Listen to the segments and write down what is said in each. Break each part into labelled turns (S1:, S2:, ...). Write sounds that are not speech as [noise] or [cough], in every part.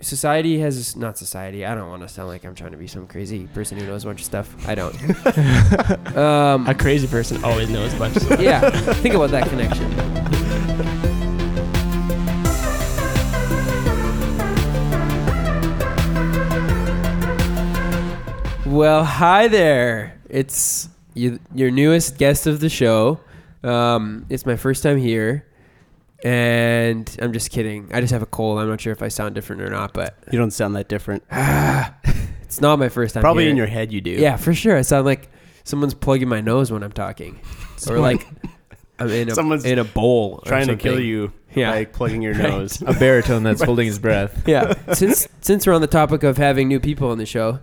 S1: society has not society. I don't want to sound like I'm trying to be some crazy person who knows a bunch of stuff. I don't. um,
S2: A crazy person always knows a bunch of stuff.
S1: yeah, think about that connection. Well, hi there. It's you, your newest guest of the show. Um, it's my first time here, and I'm just kidding. I just have a cold. I'm not sure if I sound different or not, but
S2: [laughs] You don't sound that different.
S1: it's not my first time.
S2: Probably
S1: here.
S2: in your head you do.
S1: yeah, for sure. I sound like someone's plugging my nose when I'm
S2: [laughs]
S1: talking, or like I'm in a
S2: Someone's
S1: in a bowl or
S2: Trying to kill
S1: something.
S2: you
S1: Yeah.
S2: by plugging [laughs] your
S1: Right.
S2: nose.
S3: A baritone that's holding
S2: [laughs]
S3: his breath.
S1: yeah. Since since we're on the topic of having new people on the show,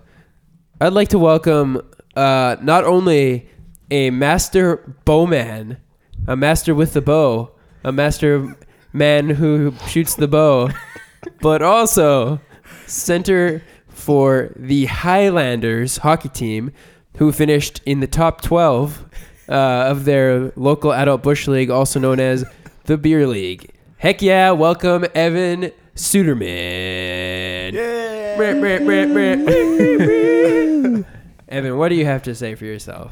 S1: I'd like to welcome uh, not only a master bowman, a master with the bow, a master man who shoots the bow, but also center for the Highlanders hockey team, who finished in the top twelve uh, of their local adult bush league, also known as the beer league. Heck yeah! Welcome Evan Suderman. Brr, brr, brr,
S2: [laughs]
S1: brr. Evan, what do you have to say for yourself?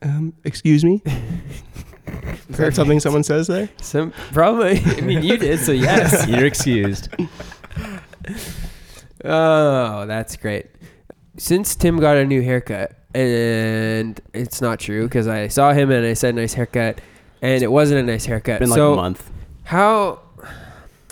S2: Um, excuse me? Is that something someone says there?
S1: Some probably. [laughs] I mean, you did, so
S2: [laughs]
S1: yes.
S3: You're excused.
S1: [laughs]
S2: Uh,
S1: Oh, that's great. Since Tim got a new haircut, and it's not true because I saw him and I said nice haircut, and it wasn't a nice haircut.
S2: Been like
S1: so
S2: a month.
S1: how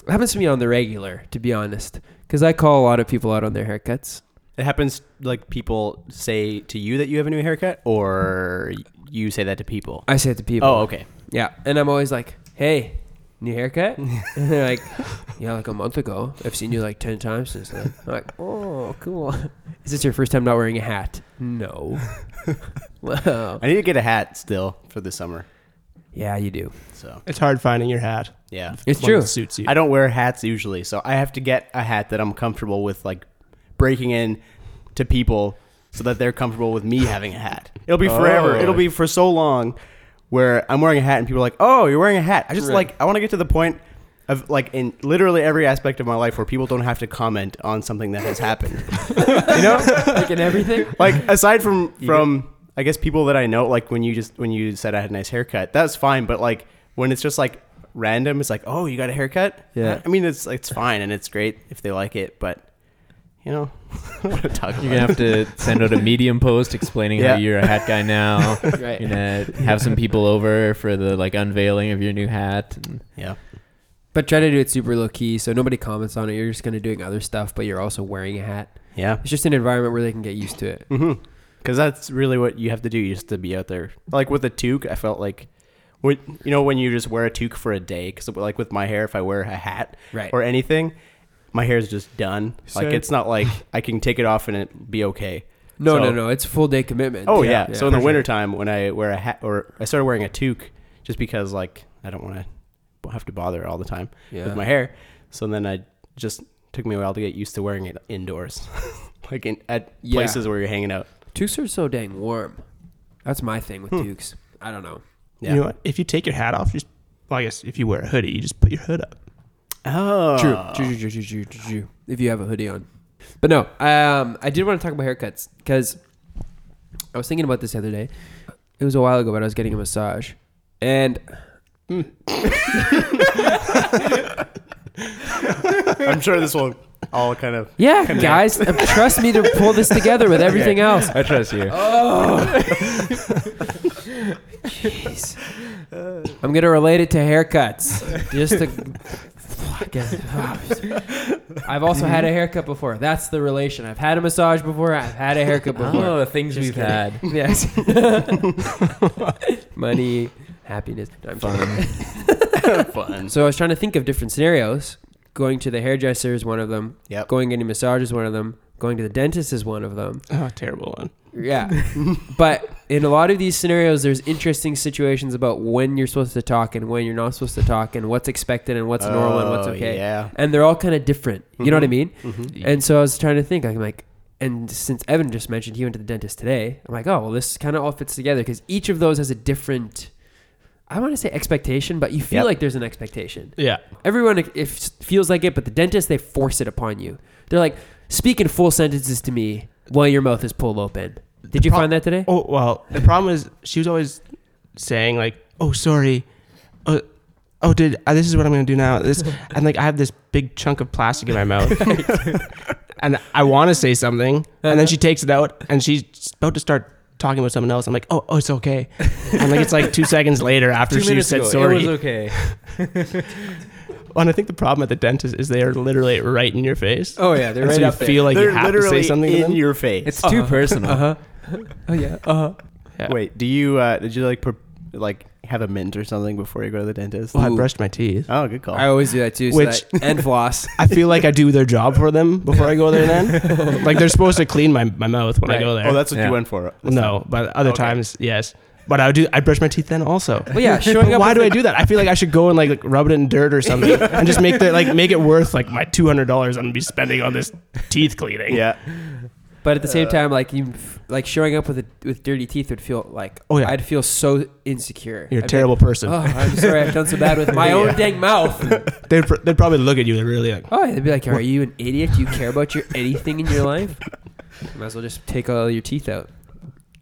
S1: it happens to me on the regular, to be honest, because I call a lot of people out on their haircuts.
S2: It happens like people say to you that you have a new haircut or you say that to people.
S1: I say it to people.
S2: Oh, okay.
S1: Yeah, and I'm always like, "Hey, new haircut?" [laughs] and they're like, "Yeah, like a month ago. I've seen you like ten times since then." I'm like, "Oh, cool. [laughs] Is this your first time not wearing a hat?" No. [laughs] wow.
S2: I need to get a hat still for the summer.
S1: Yeah, you do.
S2: So,
S4: It's hard finding your hat.
S2: yeah.
S1: It's
S4: One that
S1: true.
S4: suits you.
S2: I don't wear hats usually, so I have to get a hat that I'm comfortable with, like breaking in to people, so that they're comfortable with me having a hat. It'll be forever.
S3: Oh.
S2: It'll be for so long, where I'm wearing a hat and people are like, "Oh, you're wearing a hat." I just
S1: Right.
S2: like I want to get to the point of like in literally every aspect of my life where people don't have to comment on something that has happened. you know,
S1: Like in everything.
S2: [laughs] like aside from from I guess people that I know, like when you just when you said I had a nice haircut, that's fine. But like when it's just like random, it's like, oh, you got a haircut?
S3: Yeah.
S2: I mean, it's it's fine and it's great if they like it, but you know, [laughs] I don't want to talk about
S3: You're gonna have to send out a medium post explaining
S2: Yeah.
S3: how you're a hat
S1: [laughs]
S3: guy now.
S1: Right.
S3: You're gonna have some people over for the like unveiling of your new hat. And
S2: it. Yeah.
S1: But try to do it super low key, so nobody comments on it. You're just kind of doing other stuff, but you're also wearing a hat.
S2: Yeah.
S1: It's just an environment where they can get used to it.
S2: Mm-hmm. Because that's really what you have to do. You just to be out there. Like with a toque, I felt like, what you know, when you just wear a toque for a day. Because like with my hair, if I wear a hat
S1: Right.
S2: Mm-hmm. or anything, my hair is just done. Like
S4: Same.
S2: it's not like I can take it off and it be okay.
S1: No,
S2: So-
S1: no, no. It's a full day commitment.
S2: Oh yeah. so in
S1: for
S2: the
S1: sure.
S2: wintertime, when I wear a hat or I started wearing a toque, just because like I don't want to have to bother all the time
S1: Yeah.
S2: with my hair. So then I just took me a while to get used to wearing it indoors, [laughs] like in, at
S1: Yeah.
S2: places where you're hanging out.
S1: Tukes are so dang warm. That's my thing
S2: Hmm.
S1: with Tukes. I don't know.
S2: Yeah.
S4: You know what? If you take your hat off, just well, I guess if you wear a hoodie, you just put your hood up.
S2: Oh,
S1: True.
S2: [laughs]
S1: True, true, true, true, true, true. If you have a hoodie on. But no, um, I did want to talk about haircuts because I was thinking about this the other day. It was a while ago, but I was getting a massage. And
S2: I'm sure this will all kind of.
S1: yeah, guys, uh, trust me to pull this together with everything
S3: [laughs]
S1: else.
S3: I trust you.
S1: Oh, Jeez. I'm going to relate it to haircuts. Just to. Fuck it. I've also had a haircut before. That's the relation. I've had a massage before. I've had a haircut before.
S3: Oh, the things
S1: Just
S3: we've
S1: kidding.
S2: [laughs]
S3: had.
S1: Yes. Money, happiness. No, I'm joking.
S2: [laughs] Fun.
S1: So I was trying to think of different scenarios. Going to the hairdresser is one of them.
S2: Yep.
S1: Going getting a massage is one of them. Going to the dentist is one of them.
S4: Oh, terrible one.
S1: Yeah. [laughs] but in a lot of these scenarios, there's interesting situations about when you're supposed to talk and when you're not supposed to talk and what's expected and what's normal and what's
S2: Oh,
S1: okay.
S2: Yeah.
S1: And they're all kind of different. You know what I mean?
S2: Mhm.
S1: And so I was trying to think. I'm like, and since Evan just mentioned he went to the dentist today, I'm like, oh well, this kind of all fits together because each of those has a different. I want to say expectation, but you feel
S2: Yep.
S1: like there's an expectation.
S4: Yeah.
S1: Everyone if feels like it, but the dentist they force it upon you. They're like, speak in full sentences to me while your mouth is pulled open. Did you
S4: pro-
S1: find that today?
S4: Oh well, the problem is she was always saying like, "Oh, sorry, oh, oh, did uh, this is what I'm gonna do now?" This and like I have this big chunk of plastic in my mouth, [laughs] and I want to say something, and then she takes it out and she's about to start talking with someone else. I'm like, "Oh, oh, it's okay," and like it's like two seconds later after she said sorry.
S3: okay.
S4: and I think the problem at the dentist is they are literally right in your face.
S1: Oh yeah, they're
S4: And so you feel like you have to say something to
S2: in
S4: them.
S2: your face.
S3: It's
S4: Uh-huh. [laughs]
S3: too personal.
S1: Uh huh. Oh yeah. Uh huh.
S4: Yeah.
S2: Wait, do you uh, did you like pre- like have a mint or something before you go to the dentist?
S4: well, I
S1: Ooh.
S4: brushed my teeth.
S2: Oh, good call.
S1: I always do that too. So
S4: Which-
S1: that- and floss.
S4: I feel like I do their job for them before I go there.
S1: [laughs]
S4: Then, like they're supposed to clean my, my mouth when I
S1: Right.
S4: go there.
S2: oh, that's what
S3: Yeah.
S2: you went for. That's not-
S4: no, but other
S2: Okay.
S4: times yes. But I would do I brush my teeth then also.
S1: Well,
S4: [laughs]
S1: yeah, showing
S4: But
S1: up
S4: why
S1: with
S4: do
S1: a-
S4: I do that? I feel like I should go and like, like rub it in dirt or something
S1: [laughs]
S4: and just make the like make it worth like my two hundred dollars I'm gonna be spending on this teeth cleaning.
S2: Yeah.
S1: But at the
S4: Uh,
S1: same time, like you, like showing up with a, with dirty teeth would feel like
S4: Oh, yeah.
S1: I'd feel so insecure.
S4: You're a
S1: I'd be
S4: terrible person.
S1: Like, oh, I'm sorry, I've done so bad
S4: [laughs]
S1: with my own
S4: Yeah.
S1: dang
S4: [laughs]
S1: mouth.
S4: They'd, pr- they'd probably look at you and really like,
S1: Oh, yeah, they'd be like, "Are you an idiot? Do you care about your anything in your life? Might as well just take all your teeth out."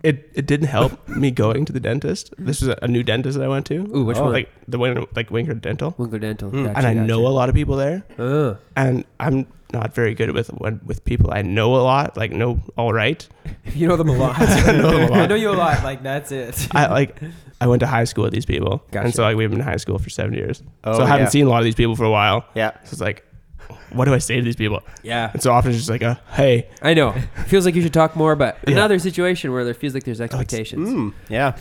S4: it, it didn't help me going to the dentist. This is a, a new dentist that I went to. Oh,
S1: Ooh, which one?
S4: Like the one like Winker Dental.
S1: Winkler Dental,
S2: Mm,
S1: Gotcha,
S4: and I
S1: gotcha.
S4: know a lot of people there.
S1: Uh,
S4: and I'm not very good with when, with people I know a lot, like know all right.
S1: you know them
S4: [laughs]
S1: a lot.
S4: I
S1: [laughs]
S4: know them a lot.
S1: I know you a lot. Like that's
S4: [laughs]
S1: it.
S4: I like I went to high school with these people,
S1: Gotcha.
S4: and so like we've been in high school for seven years,
S2: Oh,
S4: so I haven't
S2: yeah.
S4: seen a lot of these people for a while.
S2: Yeah.
S4: So it's like, what do I say to these people?
S1: yeah,
S4: And so often it's just like a hey,
S1: I know. Feels like you should talk more, but
S4: Yeah. Oh,
S1: another situation where there feels like there's expectations,
S2: Mm, yeah.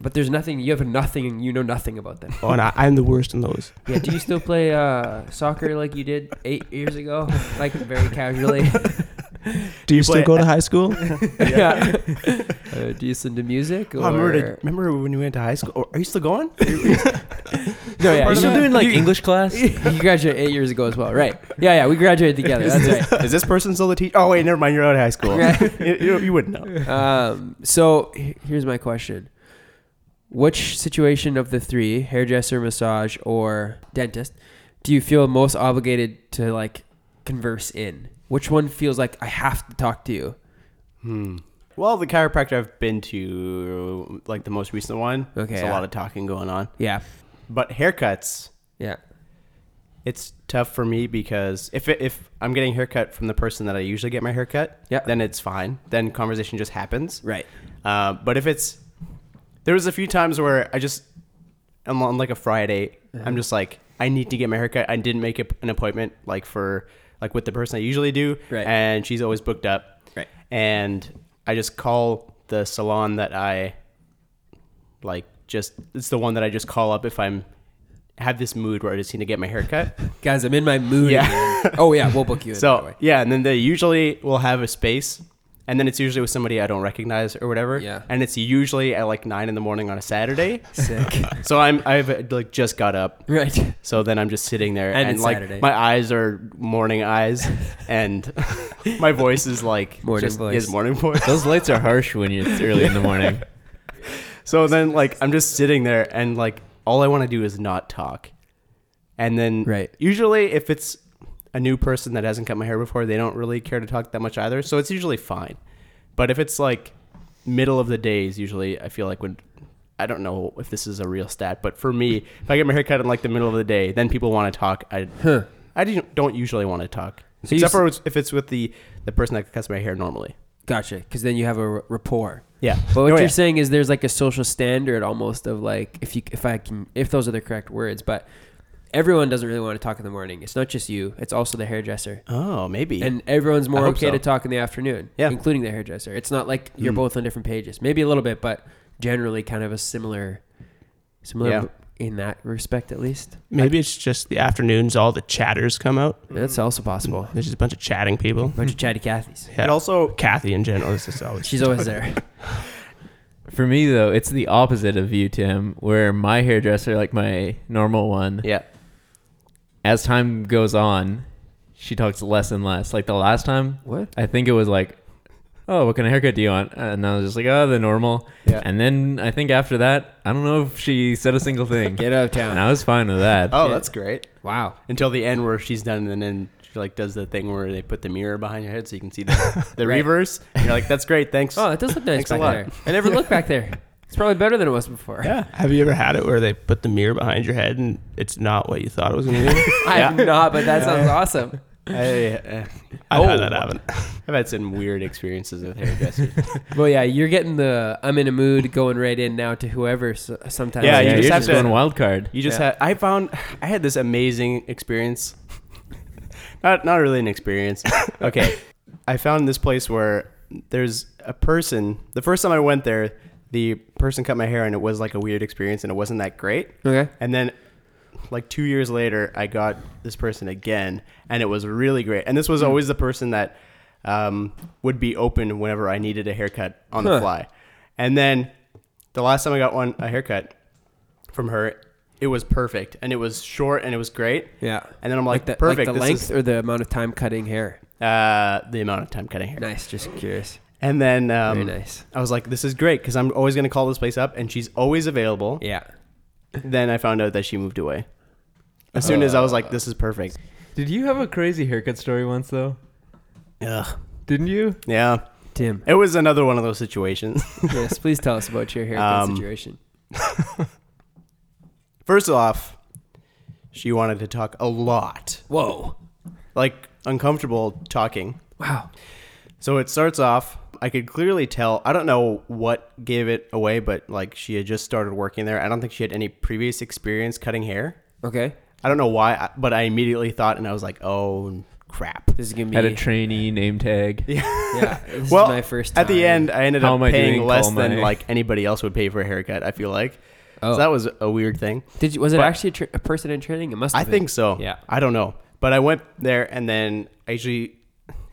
S1: but there's nothing. You have nothing, and you know nothing about them.
S4: oh, and I, I'm the worst in those.
S1: Yeah, do you still play uh, soccer like you did eight years ago? Like very casually?
S4: Do you,
S2: play-
S4: still go to high
S2: [laughs]
S4: school?
S1: yeah. Uh, do you listen to music? Or...
S2: Oh, I
S4: [laughs]
S2: remember, remember when you went to high school? Oh, are you still going?
S1: no, yeah. You,
S2: Are you still doing like English class?
S1: you graduated eight years ago as well, right? Yeah, yeah, we graduated together. That's right.
S2: Is this person still the teacher? Oh wait, never mind. You're out of high school. [laughs] you, you, you wouldn't know.
S1: Um, so h- here's my question. Which situation of the three, hairdresser, massage, or dentist, do you feel most obligated to like converse in? Which one feels like I have to talk to you?
S2: Hmm. Well, the chiropractor I've been to, like the most recent one,
S1: Okay,
S2: there's
S1: yeah.
S2: a lot of talking going on.
S1: Yeah.
S2: But haircuts,
S1: Yeah.
S2: it's tough for me because if it, if I'm getting haircut from the person that I usually get my haircut,
S1: Yeah.
S2: then it's fine. Then conversation just happens.
S1: Right.
S2: Uh, but if it's there was a few times where I just I'm on like a Friday, I'm just like I need to get my haircut. I didn't make a, an appointment like for like with the person I usually do,
S1: Right.
S2: and she's always booked up.
S1: Right.
S2: And I just call the salon that I like. Just it's the one that I just call up if I'm have this mood where I just need to get my haircut.
S1: Guys, I'm in my mood.
S2: Yeah.
S1: again. Oh yeah, we'll
S2: [laughs]
S1: book you in. by the
S2: So
S1: way.
S2: yeah, and then they usually will have a space, and then it's usually with somebody I don't recognize or whatever.
S1: Yeah.
S2: and it's usually at like nine in the morning on a Saturday. [laughs]
S1: sick.
S2: so I'm I've like just got up,
S1: right.
S2: so then I'm just sitting there,
S1: And
S2: and,
S1: it's
S2: like
S1: Saturday.
S2: my eyes are
S1: [laughs]
S2: morning eyes, and [laughs] my voice is like
S1: Morning
S2: just
S1: voice.
S2: is morning voice.
S3: Those lights are harsh when you, it's early in the morning.
S2: So then like I'm just sitting there, and like all I want to do is not talk, and then
S1: Right.
S2: usually if it's a new person that hasn't cut my hair before, they don't really care to talk that much either. So it's usually fine. But if it's like middle of the day is usually I feel like when I don't know if this is a real stat, but for me, if I get my hair cut in like the middle of the day, then people want to talk. I I didn't- don't usually want to talk.
S1: So you
S2: Except
S1: s-
S2: for if it's with the the person that cuts my hair normally.
S1: Gotcha. Because then you have a r- rapport.
S2: Yeah.
S1: But what
S2: Oh,
S1: you're
S2: yeah.
S1: saying is there's like a social standard almost of like if you if I can if those are the correct words, but everyone doesn't really want to talk in the morning. It's not just you. It's also the hairdresser.
S2: Oh, maybe.
S1: And everyone's more
S2: I hope
S1: okay
S2: so.
S1: to talk in the afternoon,
S2: Yeah.
S1: including the hairdresser. It's not like you're
S2: Hmm.
S1: both on different pages. Maybe a little bit, but generally kind of a similar, similar
S2: Yeah.
S1: in that respect at least.
S4: Maybe it's just the afternoons all the chatters come out.
S2: Mm.
S1: That's also possible.
S4: There's just a bunch of chatting
S2: [laughs]
S4: people.
S1: bunch of chatty Cathys.
S2: it also
S4: Kathy in general is just always.
S1: She's always there.
S3: For me though, it's the opposite of you, Tim. Where my hairdresser, like my normal one,
S2: yeah.
S3: as time goes on, she talks less and less. Like the last time,
S1: What?
S3: I think it was like oh, what kind of haircut do you want? And I was just like, oh, the normal.
S2: Yeah.
S3: And then I think after that, I don't know if she said a single [laughs] thing.
S1: Get out of
S3: and
S1: town.
S3: I was fine with that.
S2: Oh, that's great.
S1: Wow.
S2: Until the end where she's done, and then she like does the thing where they put the mirror behind your head so you can
S1: [laughs]
S2: see the, the
S1: Right.
S2: reverse. And you're like, that's great. Thanks.
S1: Oh, it does look nice
S2: Thanks a
S1: back
S2: lot.
S1: there. I never looked back
S2: [laughs]
S1: there. It's probably better than it was before.
S2: yeah.
S4: [laughs] Have you ever had it where they put the mirror behind your head and it's not what you thought it was going to be?
S1: I have not, but that sounds awesome.
S2: I, uh,
S4: I've
S2: Oh.
S4: had that happen.
S2: I've had some weird experiences with hairdressers.
S1: Well, yeah, you're getting the I'm in a mood going right in now to whoever so, sometimes.
S2: Yeah,
S3: yeah,
S2: you
S3: you're
S2: just
S3: just,
S2: have to-
S3: going wild card.
S2: You just
S1: Yeah.
S2: had I found I had this amazing experience. not not really an experience. Okay. I found this place where there's a person. The first time I went there, the person cut my hair and it was like a weird experience and it wasn't that great.
S1: Okay.
S2: And then like 2 years later, I got this person again and it was really great. And this was always the person that um, would be open whenever I needed a haircut on the
S1: Huh.
S2: fly. And then the last time I got one a haircut, from her, it was perfect and it was short and it was great.
S1: Yeah.
S2: And then I'm like,
S1: the,
S2: perfect.
S1: Like the
S2: this
S1: length
S2: is,
S1: or the amount of time cutting hair.
S2: uh, the amount of time cutting hair.
S1: Nice. Just curious.
S2: And then um,
S1: Very nice.
S2: I was like, this is great because I'm always going to call this place up and she's always available.
S1: Yeah.
S2: Then I found out that she moved away. As soon as I was like, this is perfect.
S3: Did you have a crazy haircut story once though?
S2: Ugh.
S3: Didn't you?
S2: Yeah. [laughs]
S1: Tim.
S2: It was another one of those situations. [laughs]
S1: yes. Please tell us about your haircut
S2: Um,
S1: situation.
S2: First off, she wanted to talk a lot,
S1: Whoa.
S2: like uncomfortable talking.
S1: Wow.
S2: So it starts off. I could clearly tell. I don't know what gave it away, but like she had just started working there. I don't think she had any previous experience cutting hair.
S1: Okay.
S2: I don't know why, I- but I immediately thought, and I was like, "Oh crap!"
S1: This is gonna be.
S3: Had a trainee name tag.
S1: yeah.
S2: [laughs]
S1: This
S2: well,
S1: is my first.
S2: at the
S1: time.
S2: end, I ended
S3: How
S2: up
S3: am I
S2: paying
S3: doing?
S2: less
S3: Call
S2: than
S3: my-
S2: like anybody else would pay for a haircut. I feel like
S1: Oh.
S2: so that was a weird thing.
S1: Did you? Was it
S2: but-
S1: actually a, tra- a person in training? It must.
S2: I
S1: Have been.
S2: think so.
S1: Yeah.
S2: I don't know, but I went there, and then I usually,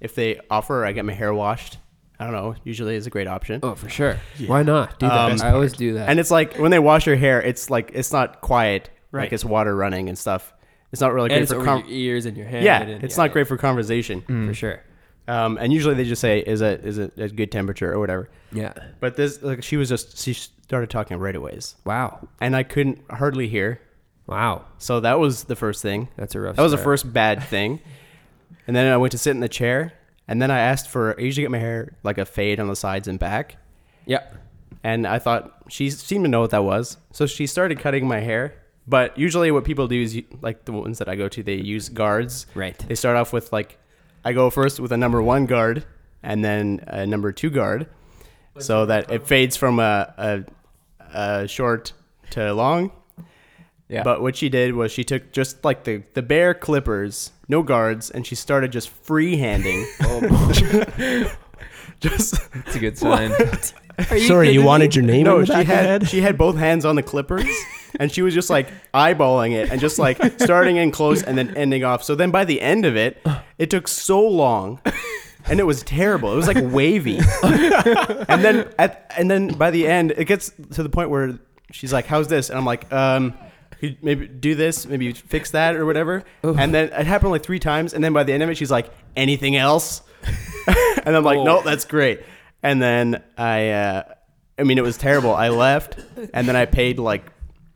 S2: if they offer, I get my hair washed. I don't know. Usually, is a great option.
S1: Oh, for sure. Why not? Do that.
S2: Um,
S1: I always do that.
S2: And it's like when they wash your hair, it's like it's not quiet.
S1: Right.
S2: Like it's water running and stuff. It's not really
S1: And
S2: great
S1: it's
S2: for
S1: over
S2: con-
S1: your ears and your hand.
S2: yeah.
S1: and-
S2: It's not great Mm. for conversation.
S1: for sure.
S2: Um, and usually they just say is it is it a good temperature or whatever.
S1: Yeah.
S2: But this like she was just she started talking right aways,
S1: Wow.
S2: and I couldn't hardly hear.
S1: Wow.
S2: So that was the first thing.
S1: That's a rough.
S2: That was the
S1: start. [laughs]
S2: first bad thing. and then I went to sit in the chair, and then I asked for I usually get my hair like a fade on the sides and back.
S1: Yeah.
S2: and I thought she seemed to know what that was. So she started cutting my hair. But usually, what people do is you- like the ones that I go to, they use guards.
S1: Right.
S2: They start off with like, I go first with a number one guard and then a number two guard, so that it fades from a, a, a short to long.
S3: Yeah.
S2: But what she did was she took just like the, the bare clippers, no guards, and she started just freehanding. just
S3: It's a good [laughs] sign.
S4: Sorry, you wanted your name on
S2: no,
S4: the
S2: she
S4: back of your
S2: had
S4: head?
S2: she had both hands on the clippers, and she was just like eyeballing it and just like starting in close and then ending off. So then by the end of it, it took so long, and it was terrible. It was like wavy, and then at and then by the end, it gets to the point where she's like, "How's this?" And I'm like, um. could you Maybe do this, maybe fix that or whatever. And then it happened like three times. And then by the end of it, she's like, anything else? [laughs] and I'm like, no, that's great. And then I, uh, I mean, it was terrible. I left, and then I paid like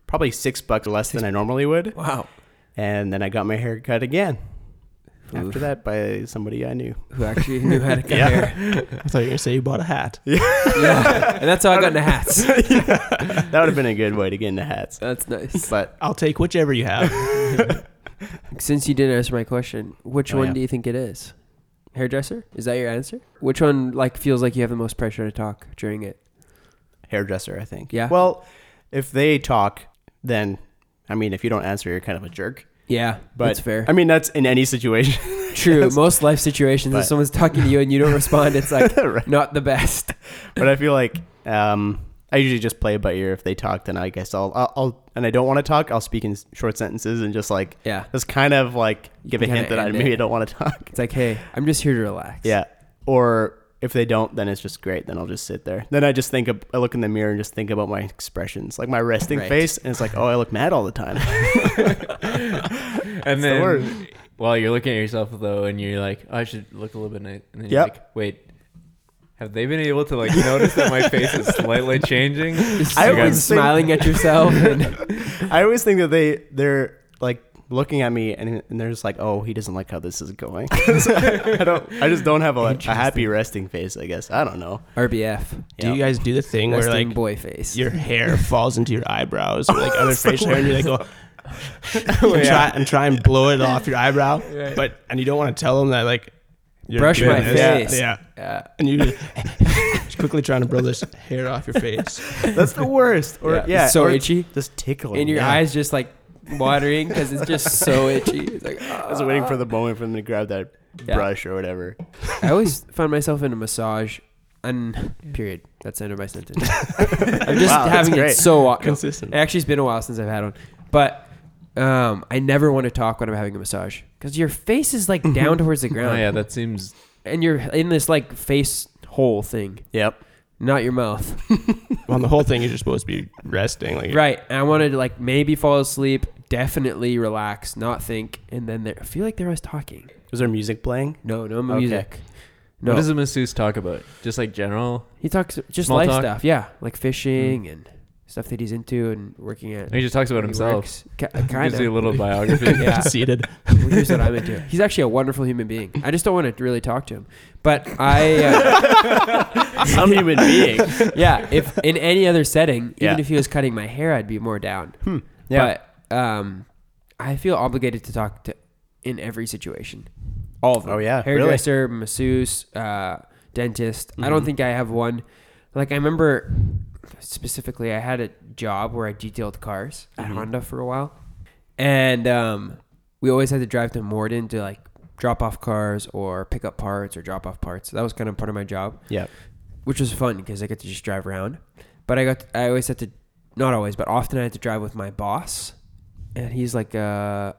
S2: probably six bucks less than I normally would,
S1: Wow.
S2: and then I got my hair cut again.
S1: Oof.
S2: After that, by somebody I knew.
S1: Who actually knew how to cut
S2: [laughs] Yeah.
S1: hair?
S4: I thought you were going to say you bought a hat.
S1: Yeah. And that's how I got into hats.
S2: That would have been a good way to get into hats,
S1: That's nice.
S2: but
S4: I'll take whichever you have.
S1: Since you didn't answer my question, which
S2: Oh,
S1: one
S2: yeah.
S1: do you think it is? Hairdresser? Is that your answer? Which one like feels like you have the most pressure to talk during it?
S2: hairdresser, I think.
S1: Yeah.
S2: Well, if they talk, then I mean, if you don't answer, you're kind of a jerk.
S1: Yeah,
S2: But
S1: that's fair.
S2: I mean, that's in any situation, [laughs]
S1: [laughs] True. Most life situations, if
S2: But-
S1: someone's talking to you and you don't respond, it's like
S2: Right.
S1: not the best.
S2: but I feel like um, I usually just play it by ear. If they talk, then I guess I'll, I'll, I'll and I don't want to talk. I'll speak in s- short sentences and just like
S1: Yeah.
S2: That's kind of like
S1: You
S2: give a
S1: can
S2: hint
S1: kinda
S2: that I
S1: end
S2: maybe
S1: it.
S2: don't want to talk. [laughs]
S1: It's like, hey, I'm just here to relax.
S2: Yeah. Or if they don't, then it's just great. Then I'll just sit there. Then I just think of, I look in the mirror and just think about my expressions, like my resting
S1: Right.
S2: face, and it's like, oh, I look mad all
S1: [laughs]
S2: the time.
S3: and
S2: the word.
S3: then while you're looking at yourself though, and you're like, oh, I should look a little bit nice. And then you're
S2: Yep.
S3: like, wait, Have they been able to like notice that my face is slightly [laughs] changing?
S1: Just
S2: I
S1: I
S2: always think-
S1: smiling at yourself. [laughs] And
S2: I always think that they they're like looking at me and, and they're just like, oh, he doesn't like how this is going. [laughs] I don't. I just don't have a, a happy resting face. I guess I don't know.
S1: RBF.
S4: Do
S2: Yeah.
S4: you guys do the thing where
S1: Resting
S4: like
S1: boy face.
S4: your hair falls into your eyebrows or like other facial hair, and you like go [laughs] and, try, and try and blow it off your eyebrow, but and you don't want to tell them that like you're
S1: Brush my
S4: doing this.
S1: face.
S4: yeah,
S1: Yeah.
S4: and you just [laughs] quickly trying to blow this hair off your face.
S2: That's the worst. Or yeah,
S1: It's so
S2: or
S1: itchy.
S2: Just tickling.
S1: And your
S2: yeah.
S1: eyes just like watering because it's just so itchy. It's like,
S2: I was waiting for the moment for them to grab that
S1: Yeah.
S2: brush or whatever.
S1: "Ah." I always find myself in a massage. And period. That's the end of my sentence. I'm just
S2: Wow, that's
S1: having it
S2: great.
S1: so wa- no,
S4: Consistent.
S1: It actually has been a while since I've had one, but um, I never want to talk when I'm having a massage because your face is like down towards the
S3: oh
S1: ground,
S3: yeah, that seems.
S1: and you're in this like face hole thing,
S2: Yep.
S1: not your mouth,
S4: Well, the whole thing you're just supposed to be resting, like
S1: right? And I wanted to like maybe fall asleep, definitely relax, not think, and then there, I feel like they're always talking.
S2: Was there music playing?
S1: No, no
S2: Okay.
S1: music. No,
S3: What does a masseuse talk about? Just like general.
S1: he talks just
S3: Small
S1: life
S3: talk? Hmm.
S1: stuff, yeah, like fishing and stuff that he's into and working at.
S3: He just talks about
S1: He
S3: himself.
S1: works. Ki- kind
S3: [laughs] Gives you
S1: of. [laughs]
S3: a little biography.
S1: Yeah.
S4: seated.
S1: Well, here's what I'm into. He's actually a wonderful human being. I just don't want to really talk to him. But I, uh,
S2: [laughs] Some human being.
S1: [laughs] yeah, if in any other setting, even
S2: Yeah. Hmm.
S1: if he was cutting my hair, I'd be more down.
S2: Yeah.
S1: But um, I feel obligated to talk to in every situation. All of them.
S2: Oh, yeah, really?
S1: Hairdresser, masseuse, uh, dentist. I
S2: Mm-hmm.
S1: don't think I have one. Like I remember specifically, I had a job where I detailed cars at
S2: Mm-hmm.
S1: Honda for a while, and um, we always had to drive to Morden to like drop off cars or pick up parts or drop off parts. That was kind of part of my job
S2: Yep.
S1: which was fun because I got to just drive around. But I got I always had to not always, but often I had to drive with my boss, and he's like uh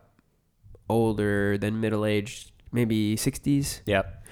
S1: older than middle aged, maybe sixties,
S2: Yep.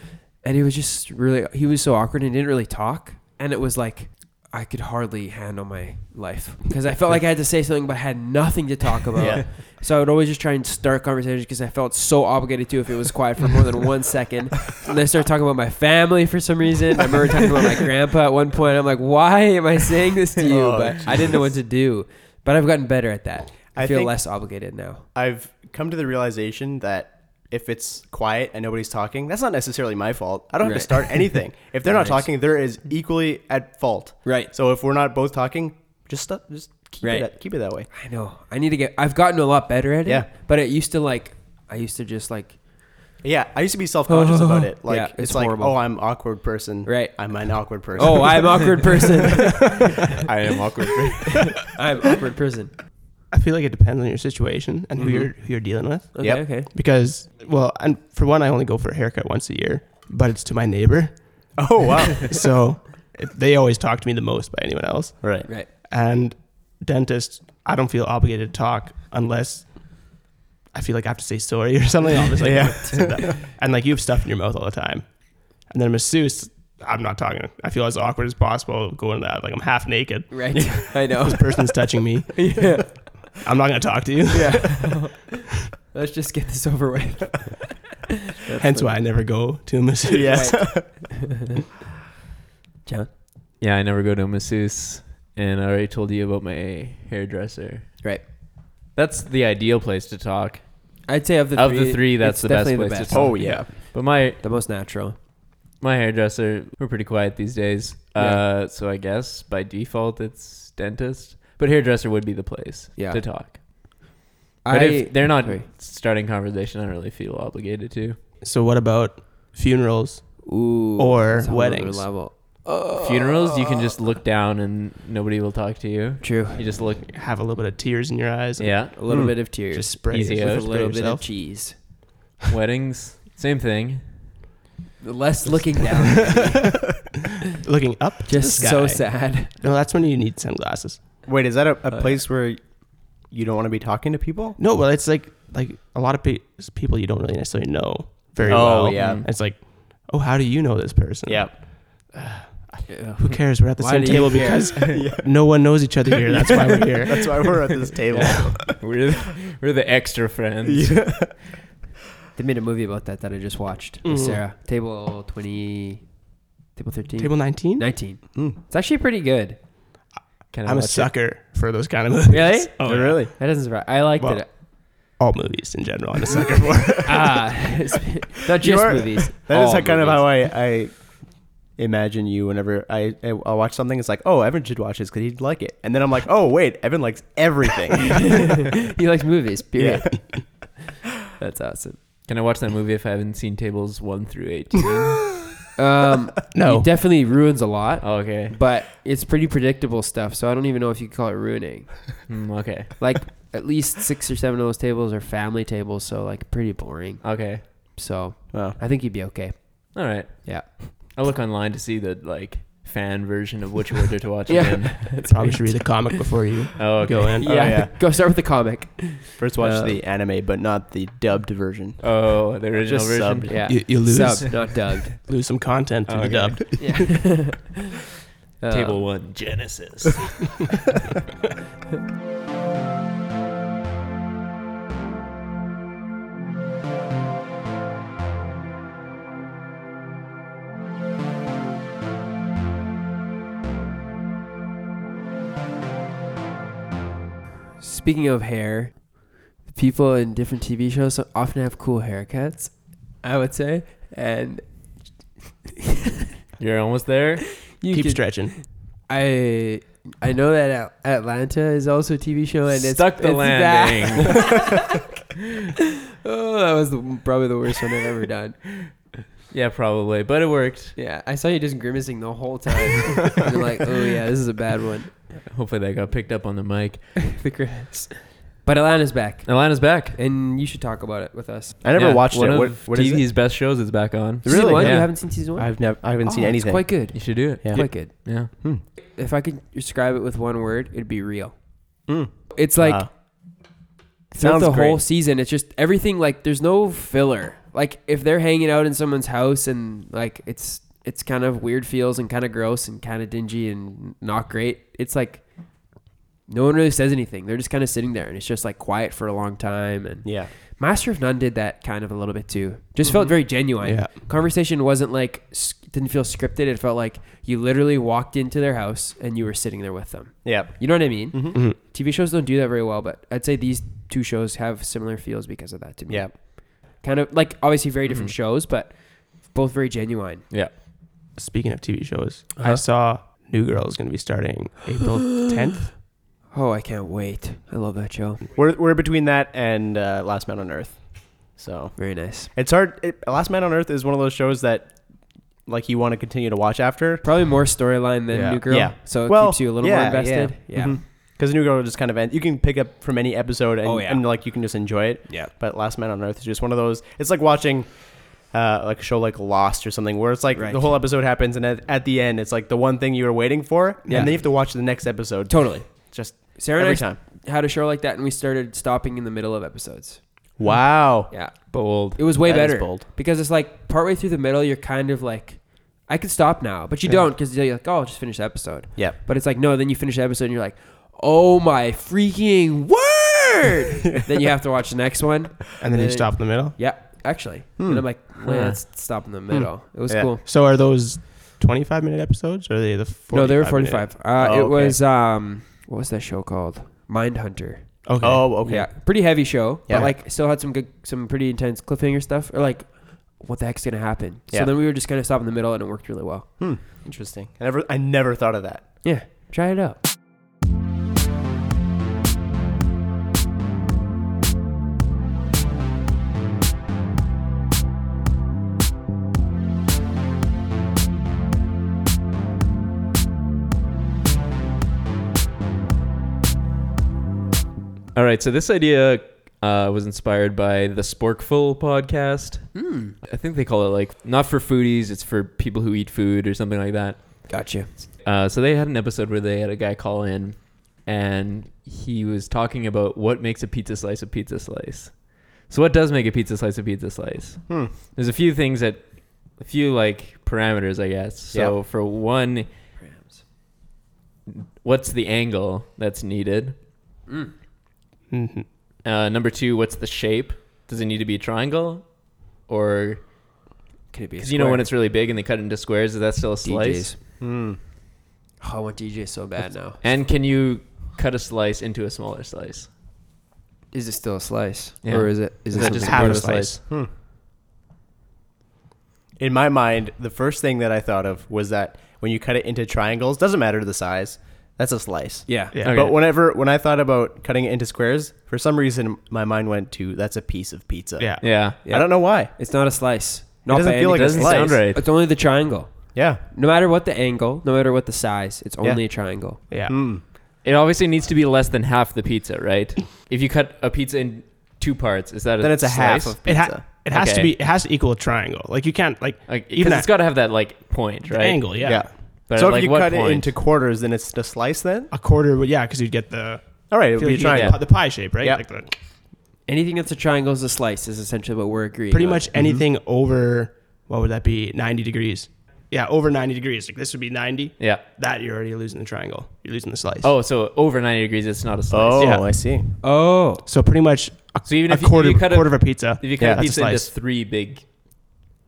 S1: and he was just really he was so awkward and didn't really talk, and it was like. I could hardly handle my life because I felt like I had to say something, but I had nothing to talk about.
S2: Yeah.
S1: [laughs] So I would always just try and start conversations because I felt so obligated to if it was quiet for more
S2: [laughs]
S1: than one second. And they started talking about my family for some reason. I remember talking about my grandpa at one point. I'm like, why am I saying this to you?
S2: Oh,
S1: but I didn't know what to do. But I've gotten better at that. I,
S2: I
S1: feel
S2: think-
S1: less obligated now.
S2: I've come to the realization that if it's quiet and nobody's talking, that's not necessarily my fault. I don't have
S1: Right.
S2: to start anything.
S1: [laughs]
S2: If they're
S1: Nice.
S2: not talking, there is equally at fault.
S1: Right.
S2: So if we're not both talking, just stop, just keep
S1: Right.
S2: it that, keep it that way.
S1: I know. I need to get. I've gotten a lot better at it.
S2: Yeah.
S1: But it used to like. I used to just like.
S2: Yeah, I used to be self
S1: [laughs]
S2: conscious about it. Like
S1: Yeah,
S2: it's,
S1: it's
S2: like,
S1: horrible.
S2: oh, I'm awkward person.
S1: Right.
S2: I'm an awkward person.
S1: Oh,
S2: [laughs]
S1: I'm awkward person.
S3: I am
S1: [laughs]
S3: awkward.
S1: I'm awkward person.
S4: I feel like it depends on your situation and who you're who you're dealing with.
S1: Okay.
S2: Yep.
S1: Okay.
S4: Because well, and for one, I only go for a haircut once a year, but it's to my neighbor,
S2: [laughs] oh wow.
S4: so it- they always talk to me the most by anyone else.
S2: right.
S1: Right.
S4: And dentists, I don't feel obligated to talk unless I feel like I have to say sorry or something. Obviously, [laughs] yeah. and like you have stuff in your mouth all the time, and then a masseuse. I'm not talking. I feel as awkward as possible going to that. Like I'm half naked.
S1: Right. [laughs] I know.
S2: [laughs]
S4: This person's touching me.
S1: yeah.
S4: I'm not going to talk to you.
S2: [laughs]
S1: Yeah. Let's just get this over with.
S4: Hence why I never go to a masseuse.
S2: Yeah. [laughs]
S1: John.
S3: Yeah, I never go to a masseuse, and I already told you about my hairdresser.
S1: Right.
S3: That's the ideal place to talk.
S1: I'd say of the
S3: Of
S1: three,
S3: the three, that's
S1: it's
S3: the best
S1: definitely
S3: place to
S2: Oh yeah.
S3: But my
S1: The most natural.
S3: my hairdresser, we're pretty quiet these days. Uh, so I guess by default it's dentist, but hairdresser would be the place
S1: Yeah.
S3: to talk.
S1: I,
S3: But if they're not
S1: agree.
S3: starting conversation, I don't really feel obligated to.
S4: [laughs] So what about funerals?
S1: Ooh,
S4: or
S1: that's a whole other
S4: weddings.
S1: level. Uh.
S3: Funerals, you can just look down and nobody will talk to you.
S1: True.
S3: You just look.
S4: Have a little bit of tears in your eyes. and
S3: Yeah.
S1: A little
S2: Mm.
S1: bit of tears.
S4: Just spray,
S3: Easy
S1: with
S3: out.
S1: a
S4: spray
S1: little bit of
S4: yourself.
S1: cheese.
S3: Weddings, same thing.
S1: Less
S4: [laughs]
S1: looking down.
S4: [laughs] Looking up. to
S1: just
S4: the
S1: so
S4: sky.
S1: sad.
S4: No, that's when you need sunglasses.
S2: Wait, is that a, a
S1: yeah.
S2: place where you don't want to be talking to people?
S4: No, well, it's like like a lot of pe- people you don't really necessarily know very
S2: oh
S4: well.
S2: yeah.
S3: Mm.
S4: It's like, oh, how do you know this person?
S2: [laughs] Yep.
S4: Who cares? We're at the
S1: Why
S4: same
S1: do you [laughs]
S4: table because no one knows each other here. That's why we're here.
S2: [laughs] That's why we're at this [laughs] table.
S3: [laughs] We're the, we're the
S2: [laughs]
S3: extra friends.
S1: They made a movie about that that I just watched. with
S4: Mhm.
S1: Sarah. Table 20. Table 13.
S4: Table 19?
S1: 19.
S2: Mm.
S1: It's actually pretty good.
S3: Can I
S4: I'm a
S3: watch it?
S4: sucker for those kind of movies.
S1: Really?
S4: Oh,
S2: Oh,
S4: yeah.
S2: really?
S1: That doesn't surprise. I liked
S4: Well-
S1: it.
S4: All movies in
S1: [laughs]
S4: general, I'm a
S2: [laughs]
S4: sucker for.
S1: Ah, not
S2: You
S1: just
S2: are-
S1: movies.
S2: [laughs] That is
S1: all
S2: how- kind of
S1: movies.
S2: how I, I imagine you whenever I, I I'll watch something. It's like, oh, Evan should watch this because he'd like it. And then I'm like, oh, wait, Evan likes [laughs] everything.
S1: he likes movies. Period. That's awesome.
S3: Can I watch that movie if I haven't seen tables one
S2: [laughs]
S3: through eighteen? oh,
S1: Um,
S4: No.
S1: he definitely ruins a lot,
S3: okay.
S1: but it's pretty predictable stuff. So I don't even know if you could call it ruining.
S3: Hmm, okay.
S1: Like [laughs] at least six or seven of those tables are family tables, so like pretty boring.
S3: Okay.
S1: So
S2: Wow.
S1: I think you'd be okay.
S3: All right.
S1: Yeah.
S3: I'll look online to see the like fan version of which order
S2: [laughs]
S3: to watch it
S1: Yeah.
S3: in.
S4: Probably should read the comic before you
S3: Oh, okay.
S4: go
S1: [laughs]
S4: in.
S1: Yeah.
S2: Oh, yeah.
S1: Go start with the comic.
S2: First watch
S1: Uh,
S2: the anime, but not the dubbed version.
S3: Oh, the original
S2: Just
S3: version.
S2: subbed.
S1: Yeah.
S4: You, you lose
S1: Sub, not dubbed.
S4: lose some content to
S3: Oh,
S4: the
S3: okay.
S4: dubbed.
S3: [laughs]
S1: Yeah. Um,
S3: Table one, Genesis.
S1: Speaking of hair, people in different TV shows often have cool haircuts, I would say. And
S3: You're almost there.
S1: you
S4: Keep
S1: can-
S4: stretching.
S1: I I know that At- Atlanta is also a TV show, and it's
S3: Stuck the
S1: it's
S3: landing.
S1: back. [laughs] oh, that was the, probably the worst one I've ever done.
S3: Yeah, probably, but it worked.
S1: Yeah, I saw you just grimacing the whole time. and you're like, oh yeah, this is a bad one. [laughs]
S3: Hopefully, that got picked up on the mic.
S1: the grimace. But Atlanta's back,
S3: Atlanta's back.
S1: and you should talk about it with us.
S2: I never
S3: Yeah,
S2: watched
S3: one
S2: it.
S3: Of
S2: What, what is
S3: TV's
S2: it?
S3: best shows is back on.
S2: Really?
S1: Season one?
S3: Yeah.
S1: You haven't seen season one?
S2: I've never. I haven't seen
S1: Oh,
S2: anything.
S1: It's quite good.
S3: You should do it.
S2: Yeah.
S1: Quite good.
S3: Yeah.
S1: If I could describe it with one word, it'd be real.
S2: Mm.
S1: It's like
S2: Wow.
S1: throughout
S2: Sounds
S1: the whole
S2: great.
S1: season, it's just everything. Like there's no filler. Like if they're hanging out in someone's house and like it's it's kind of weird feels and kind of gross and kind of dingy and not great. It's like no one really says anything. They're just kind of sitting there and it's just like quiet for a long time. And
S2: Yeah. Mm-hmm.
S1: Master of None did that kind of a little bit too. Just felt very genuine.
S4: Yeah.
S1: Conversation wasn't like s- didn't feel scripted. It felt like you literally walked into their house and you were sitting there with them.
S2: Yeah.
S1: You know what I mean?
S2: Mm-hmm.
S4: Mhm.
S1: TV shows don't do that very well, but I'd say these two shows have similar feels because of that to me.
S2: Yeah. Mm-hmm.
S1: Kind of like obviously very different shows, but both very genuine.
S3: Yeah.
S4: Speaking of TV shows, I
S1: Uh-huh.
S4: saw New Girl is going to be starting April 10th.
S1: Oh, I can't wait. I love that show.
S2: We're we're between that and uh, Last Man on Earth. So
S1: Very nice.
S2: it's hard. It, Last Man on Earth is one of those shows that, like, you want to continue to watch after.
S1: Probably more storyline than
S2: Yeah.
S1: New Girl.
S2: Yeah.
S1: So it
S2: Well,
S1: keeps you a little
S2: yeah, Mm-hmm.
S1: more invested.
S2: yeah. Because New Girl just kind of end. You can pick up from any episode and,
S1: Oh, yeah.
S2: and like you can just enjoy it.
S1: Yeah.
S2: But Last Man on Earth is just one of those. It's like watching. Uh, like a show like Lost or something, where it's like
S1: Right.
S2: the whole episode happens, and at, at the end, it's like the one thing you were waiting for,
S1: Yeah.
S2: and then you have to watch the next episode.
S1: Totally.
S2: Just
S1: Sarah and
S2: every
S1: I
S2: time.
S1: had a show like that and we started stopping in the middle of episodes.
S2: Wow.
S1: Yeah.
S3: Bold.
S1: It was way
S2: That is
S1: better [laughs]
S2: bold.
S1: because it's like partway through the middle, you're kind of like, I could stop now, but you don't because you're like, oh, I'll just finish the episode.
S2: Yeah.
S1: But it's like, no, then you finish the episode and you're like, oh my freaking
S2: [laughs]
S1: word! then you have to watch the next one.
S4: And then you
S1: Uh,
S4: stop in the middle.
S1: Yeah, actually. And I'm like, wait, let's stop in the middle. It was
S2: Hmm. Yeah.
S1: cool.
S4: So are those 25 minute episodes or are they the 45
S1: No, they were
S4: minute?
S1: 45. Uh,
S2: Oh,
S1: it
S2: okay.
S1: was, um, what was that show called? Mindhunter.
S4: Okay.
S2: Oh, okay.
S1: Yeah, pretty heavy show,
S2: Yeah.
S1: but like still had some good, some pretty intense cliffhanger stuff. Or like, what the heck's gonna happen?
S2: Yeah.
S1: So then we were just kind of stop in the middle, and it worked really well.
S2: Interesting. I never, I never thought of that.
S1: Yeah, try it out.
S3: All right, so this idea uh, was inspired by the Sporkful podcast.
S1: Hmm.
S3: I think they call it like not for foodies, it's for people who eat food or something like that.
S1: Gotcha.
S3: Uh, so they had an episode where they had a guy call in, and he was talking about what makes a pizza slice a pizza slice. So what does make a pizza slice a pizza slice?
S2: Hmm.
S3: There's a few things that, a few like parameters, I guess. So for one, what's the angle that's needed?
S1: Hmm.
S4: Mhm.
S3: Uh, number two, what's the shape? Does it need to be a triangle or
S1: Can it be? a
S3: Because you know when
S1: square?
S3: it's really big and they cut it into squares, is that still a slice?
S1: DJs.
S2: Mm.
S1: Oh, I want DJ so bad now.
S3: And can you cut a slice into a smaller slice?
S1: Is it still a slice,
S3: Yeah.
S1: or is it? Is,
S3: Is
S1: it
S3: that just
S1: something
S3: a part of
S1: else?
S3: a slice?
S2: Hmm. In my mind, the first thing that I thought of was that when you cut it into triangles, doesn't matter the size, that's a slice.
S1: Yeah.
S4: Yeah.
S3: Okay.
S2: But whenever when I thought about cutting it into squares, for some reason my mind went to that's a piece of pizza.
S4: Yeah.
S3: Yeah.
S1: Yeah.
S2: I don't know why.
S1: It's not a slice. Not
S2: doesn't
S1: by
S2: feel
S1: any
S2: like a
S1: means.
S3: Doesn't sound
S2: slice.
S3: right.
S1: It's only the triangle.
S2: Yeah.
S1: No matter what the angle, no matter what the size, it's
S2: Yeah.
S1: only a triangle.
S4: Yeah.
S2: Hmm.
S3: It obviously needs to be less than half the pizza, right? If you cut a pizza in two parts, is that a
S2: Then it's a half
S3: slice?
S2: of
S4: It,
S2: pizza.
S4: ha- it has to
S3: Okay.
S4: be. It has to equal a triangle. Like you can't like,
S3: Like, 'cause
S4: even
S3: it's got to have that like point,
S4: the
S3: right?
S4: angle. Yeah.
S2: yeah.
S3: But
S2: so
S3: at,
S2: if
S3: like,
S2: you
S3: what
S2: cut
S3: point?
S2: it into quarters, then it's a slice then?
S4: A quarter would yeah because you'd get the
S2: All right, it would
S4: feel
S2: be a
S4: like you
S2: triangle.
S4: get the pie shape right.
S2: Yeah.
S4: Like the,
S1: Anything that's a triangle is a slice. Is essentially what we're agreeing.
S4: pretty
S1: on.
S3: Mm-hmm.
S4: much anything over what would that be? Ninety degrees. Yeah, over ninety degrees. Like this would be ninety.
S3: yeah.
S4: That you're already losing the triangle. You're losing the slice.
S3: Oh, so over ninety degrees, it's not a slice.
S2: Oh,
S4: Yeah.
S2: I see.
S1: Oh,
S4: So pretty much a,
S3: So even
S4: a
S3: if you- if
S4: quarter
S3: you cut a-
S4: quarter of a pizza.
S3: If you cut
S2: Yeah,
S3: a
S4: that's a
S3: pizza into
S4: slice.
S3: three big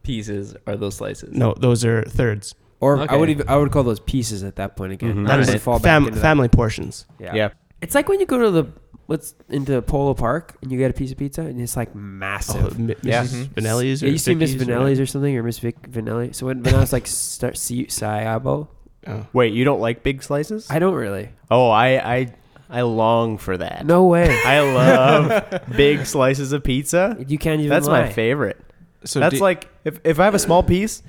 S3: pieces, are those slices?
S4: No, those are thirds.
S1: or I
S3: Okay.
S1: would even, I would call those pieces at that point again.
S2: Mhm.
S1: That
S3: Alright.
S1: doesn't fall back
S4: Fam-
S1: into that.
S4: family portions.
S1: Yeah.
S2: Yeah.
S1: It's like when you go to the what's into Polo Park and you get a piece of pizza and it's like
S4: Oh,
S1: massive.
S4: M- Mrs.
S2: Yeah.
S3: Mm-hmm.
S4: Vanelli's.
S1: yeah,
S4: or
S1: you see Miss
S4: Vicky's or-
S1: Vanelli's or something or Miss Vic Vanelli. So when, when I was
S2: [laughs]
S1: like start see Sayabo,
S4: Oh.
S2: Wait, you don't like big slices?
S1: I don't really.
S2: oh, I I I long for [laughs] that.
S1: No way.
S2: [laughs]
S1: [laughs]
S2: I love big slices of pizza.
S1: you can't even.
S2: That's
S1: lie.
S2: my favorite.
S4: So
S2: That's
S4: do-
S2: like if, if I have a small piece,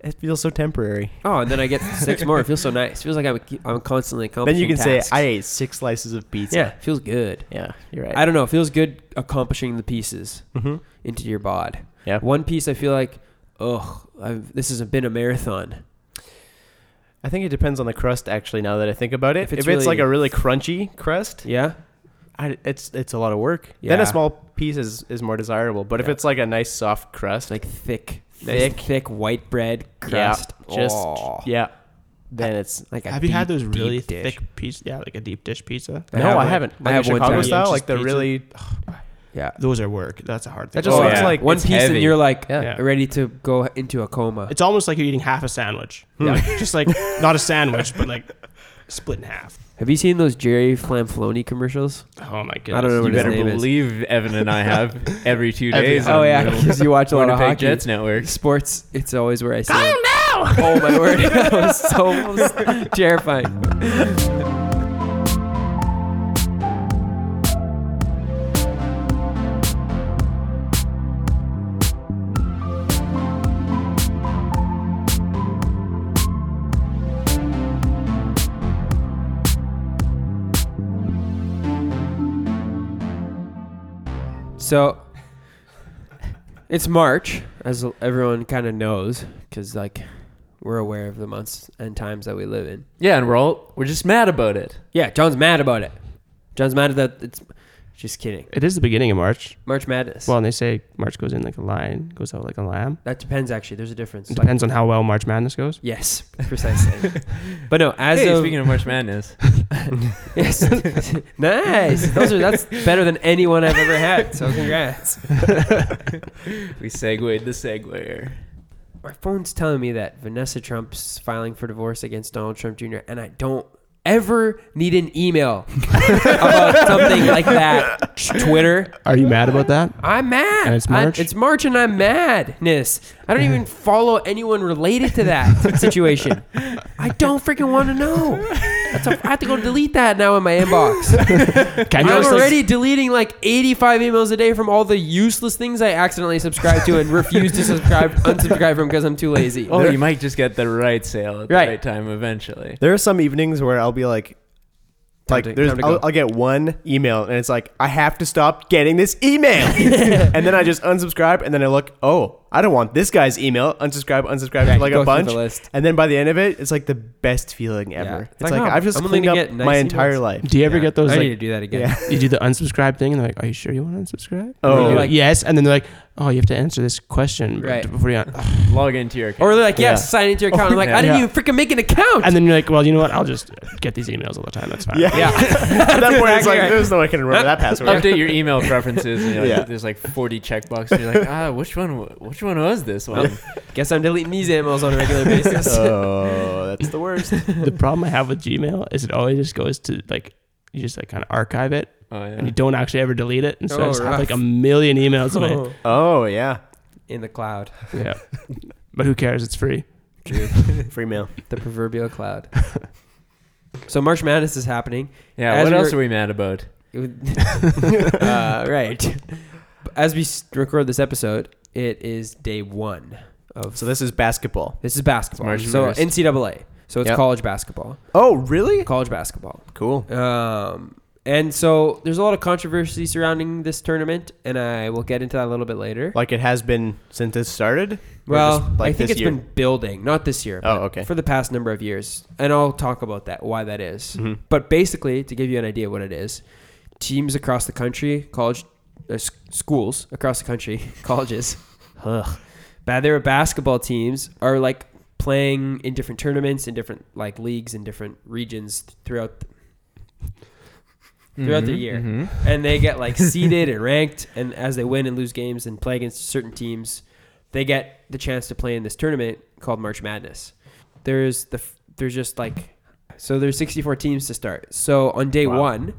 S2: it feels so temporary.
S1: Oh, and then I get six more. It feels so nice. It feels like I'm I'm constantly accomplishing.
S2: [laughs] Then you can
S1: tasks.
S2: say I ate six slices of pizza.
S1: Yeah, it feels good.
S2: yeah, you're right.
S1: I don't know. It feels good accomplishing the pieces
S2: Mhm.
S1: into your bod.
S2: Yeah.
S1: One piece, I feel like, oh, I've, this has been a marathon.
S2: I think it depends on the crust. Actually, now that I think about it,
S1: If
S2: if
S1: it's
S2: it's, like
S1: really-
S2: a really crunchy crust,
S1: Yeah.
S2: I, it's it's a lot of work. Then
S1: Yeah.
S2: a small piece is, is more desirable. But if
S1: Yeah.
S2: it's like a nice soft crust,
S1: It's like thick, thick,
S2: Thick.
S1: nice, thick white bread
S2: yeah,
S1: crust.
S2: just
S1: Oh.
S2: yeah, then it's
S1: Like a
S4: have you had
S1: deep,
S4: those really
S1: deep dish.
S4: thick pizza? Yeah, like a deep dish pizza.
S1: I
S2: no,
S1: have
S2: I
S1: one.
S2: haven't.
S1: I
S2: Like
S1: have
S2: a
S1: one
S2: Chicago
S1: time.
S2: style,
S4: Yeah,
S2: like the
S4: just pizza.
S2: really
S1: Yeah.
S4: Those are work. That's a hard thing.
S2: That just
S1: oh,
S2: looks
S1: yeah.
S2: like-
S1: one
S3: it's
S1: piece,
S3: heavy.
S1: and you're like
S2: Yeah.
S4: Yeah.
S1: ready to go into a coma.
S4: It's almost like you're eating half a sandwich. [laughs] Yeah. just like not a sandwich, but like split in half.
S1: have you seen those Jerry Flamfloni commercials?
S4: Oh my goodness.
S1: I don't know
S3: You
S1: what
S3: better
S1: his name is.
S3: believe Evan and I have every two
S4: Every-
S3: days.
S4: Oh,
S1: Oh
S3: on
S1: yeah,
S3: the
S1: because you watch a lot of
S3: Winnipeg
S1: hockey.
S3: Jets network.
S1: Sports, it's always where I see. Oh no! [laughs] Oh my word, [laughs] that was so that was terrifying. So it's March, as everyone kind of knows, because like we're aware of the months and times that we live in.
S3: Yeah, and we're all we're just mad about it.
S1: Yeah, John's mad about it. John's mad that it's. Just kidding.
S4: It is the beginning of March.
S1: March Madness.
S4: Well, and they say March goes in like a lion, goes out like a lamb.
S1: that depends. Actually, there's a difference.
S4: It depends on how well March Madness goes.
S1: yes, precisely. [laughs] but no, as
S3: hey,
S1: of
S3: speaking of March Madness,
S1: yes, [laughs] nice. Those are that's better than anyone I've ever had. So congrats.
S3: we segued the seguer.
S1: my phone's telling me that Vanessa Trump's filing for divorce against Donald Trump Jr. and I don't ever need an email [laughs] about something like that. Twitter,
S4: Are you mad about that?
S1: I'm mad.
S4: And it's
S1: I-
S4: March?
S1: it's March and I'm madness. I
S4: [laughs]
S1: don't even follow anyone related to that situation. I don't freaking want to know. That's a, I have to go delete that now in my
S4: [laughs]
S1: inbox.
S4: [laughs] Can you
S1: I'm
S4: just, like-
S1: already deleting like 85 emails a day from all the useless things I accidentally subscribe to and refuse to subscribe, unsubscribe from because I'm too lazy.
S3: Oh, you might just get the right sale at
S1: Right.
S3: the right time eventually.
S2: There are some evenings where I'll be like, like
S1: to-
S2: there's,
S1: time to
S2: I'll,
S1: go.
S2: I'll get one email and it's like I have to stop getting this
S1: [laughs]
S2: email, and then I just unsubscribe and then I look, oh, I don't want this guy's email. Unsubscribe, unsubscribe,
S1: Right,
S2: like
S1: go through
S2: a bunch,
S1: the list.
S2: and then by the end of it, it's like the best feeling ever.
S1: It's
S2: It's,
S1: like,
S2: like,
S1: oh,
S2: I've just
S1: I'm only
S2: cleaned
S1: gonna
S2: up
S1: get nice
S2: my
S1: emails.
S2: entire
S1: [laughs]
S2: life.
S4: do you ever get those
S1: I
S4: like
S1: need to do that again.
S2: Yeah.
S4: you do the unsubscribe thing and they're like, Are you sure you want to unsubscribe?
S2: Oh.
S4: And you're
S1: You're
S4: like, Yes. And then they're like, oh, you have to answer this question b-
S1: Right.
S4: before you. Ugh.
S3: Log into your account.
S1: Or they're like, yes,
S4: Yeah.
S1: sign into your account. I'm like,
S4: yeah.
S1: I didn't
S4: Yeah.
S1: even freaking make an account.
S4: And then you're like, well, you know what? I'll just get these emails all the time. That's fine.
S1: Yeah.
S2: [laughs] At that point, it's
S1: Exactly
S2: like
S1: right.
S2: there's no way I can
S1: [laughs]
S2: remember that password.
S3: [laughs] Update your email preferences. And you're like,
S2: Yeah.
S3: There's like 40 checkboxes. You're like, ah, which one? wa- Which one was this one?
S1: Guess I'm deleting these emails on a
S4: [laughs]
S1: regular basis.
S2: [laughs] oh, that's
S1: [laughs]
S2: the worst.
S4: The problem I have with Gmail is it always just goes to like you just like kind of archive it
S3: Oh
S4: and
S3: yeah.
S4: you don't actually ever delete it, and so I
S1: Oh,
S4: just have
S1: rough.
S4: like a million emails
S1: [laughs]
S4: on it.
S2: Oh yeah,
S1: In the cloud,
S4: Yeah. But who cares? It's free.
S2: free mail.
S1: the proverbial
S2: [laughs]
S1: cloud. so March Madness is happening. [laughs]
S3: Yeah.
S1: As
S3: what
S1: we
S3: else
S1: were-
S3: are we mad about?
S1: It would- uh, right. As we s- record this episode, it is day one of.
S2: So this is basketball.
S1: this is basketball.
S3: March
S1: So
S3: 1st.
S1: NCAA. So it's
S2: Yep.
S1: college basketball.
S2: Oh really?
S1: College basketball.
S2: Cool.
S1: Um, and so there's a lot of controversy surrounding this tournament, and I will get into that a little bit later.
S2: Like it has been since it started. Or
S1: Well,
S2: just, like,
S1: I think
S2: this
S1: it's
S2: year?
S1: been building, not this year.
S2: Oh,
S1: but
S2: okay.
S1: For the past number of years, and I'll talk about that why that is.
S2: Mhm.
S1: But basically, to give you an idea of what it is, teams across the country, college uh, s- schools across the country, [laughs] colleges, ugh, but their basketball teams are like playing in different tournaments in different like leagues in different regions throughout Throughout the
S3: Mhm,
S1: year.
S3: mhm.
S1: and they get like seeded and ranked and as they win and lose games and play against certain teams they get the chance to play in this tournament called march madness there's the f- there's just like so there's 64 teams to start so on day
S2: Wow.
S1: one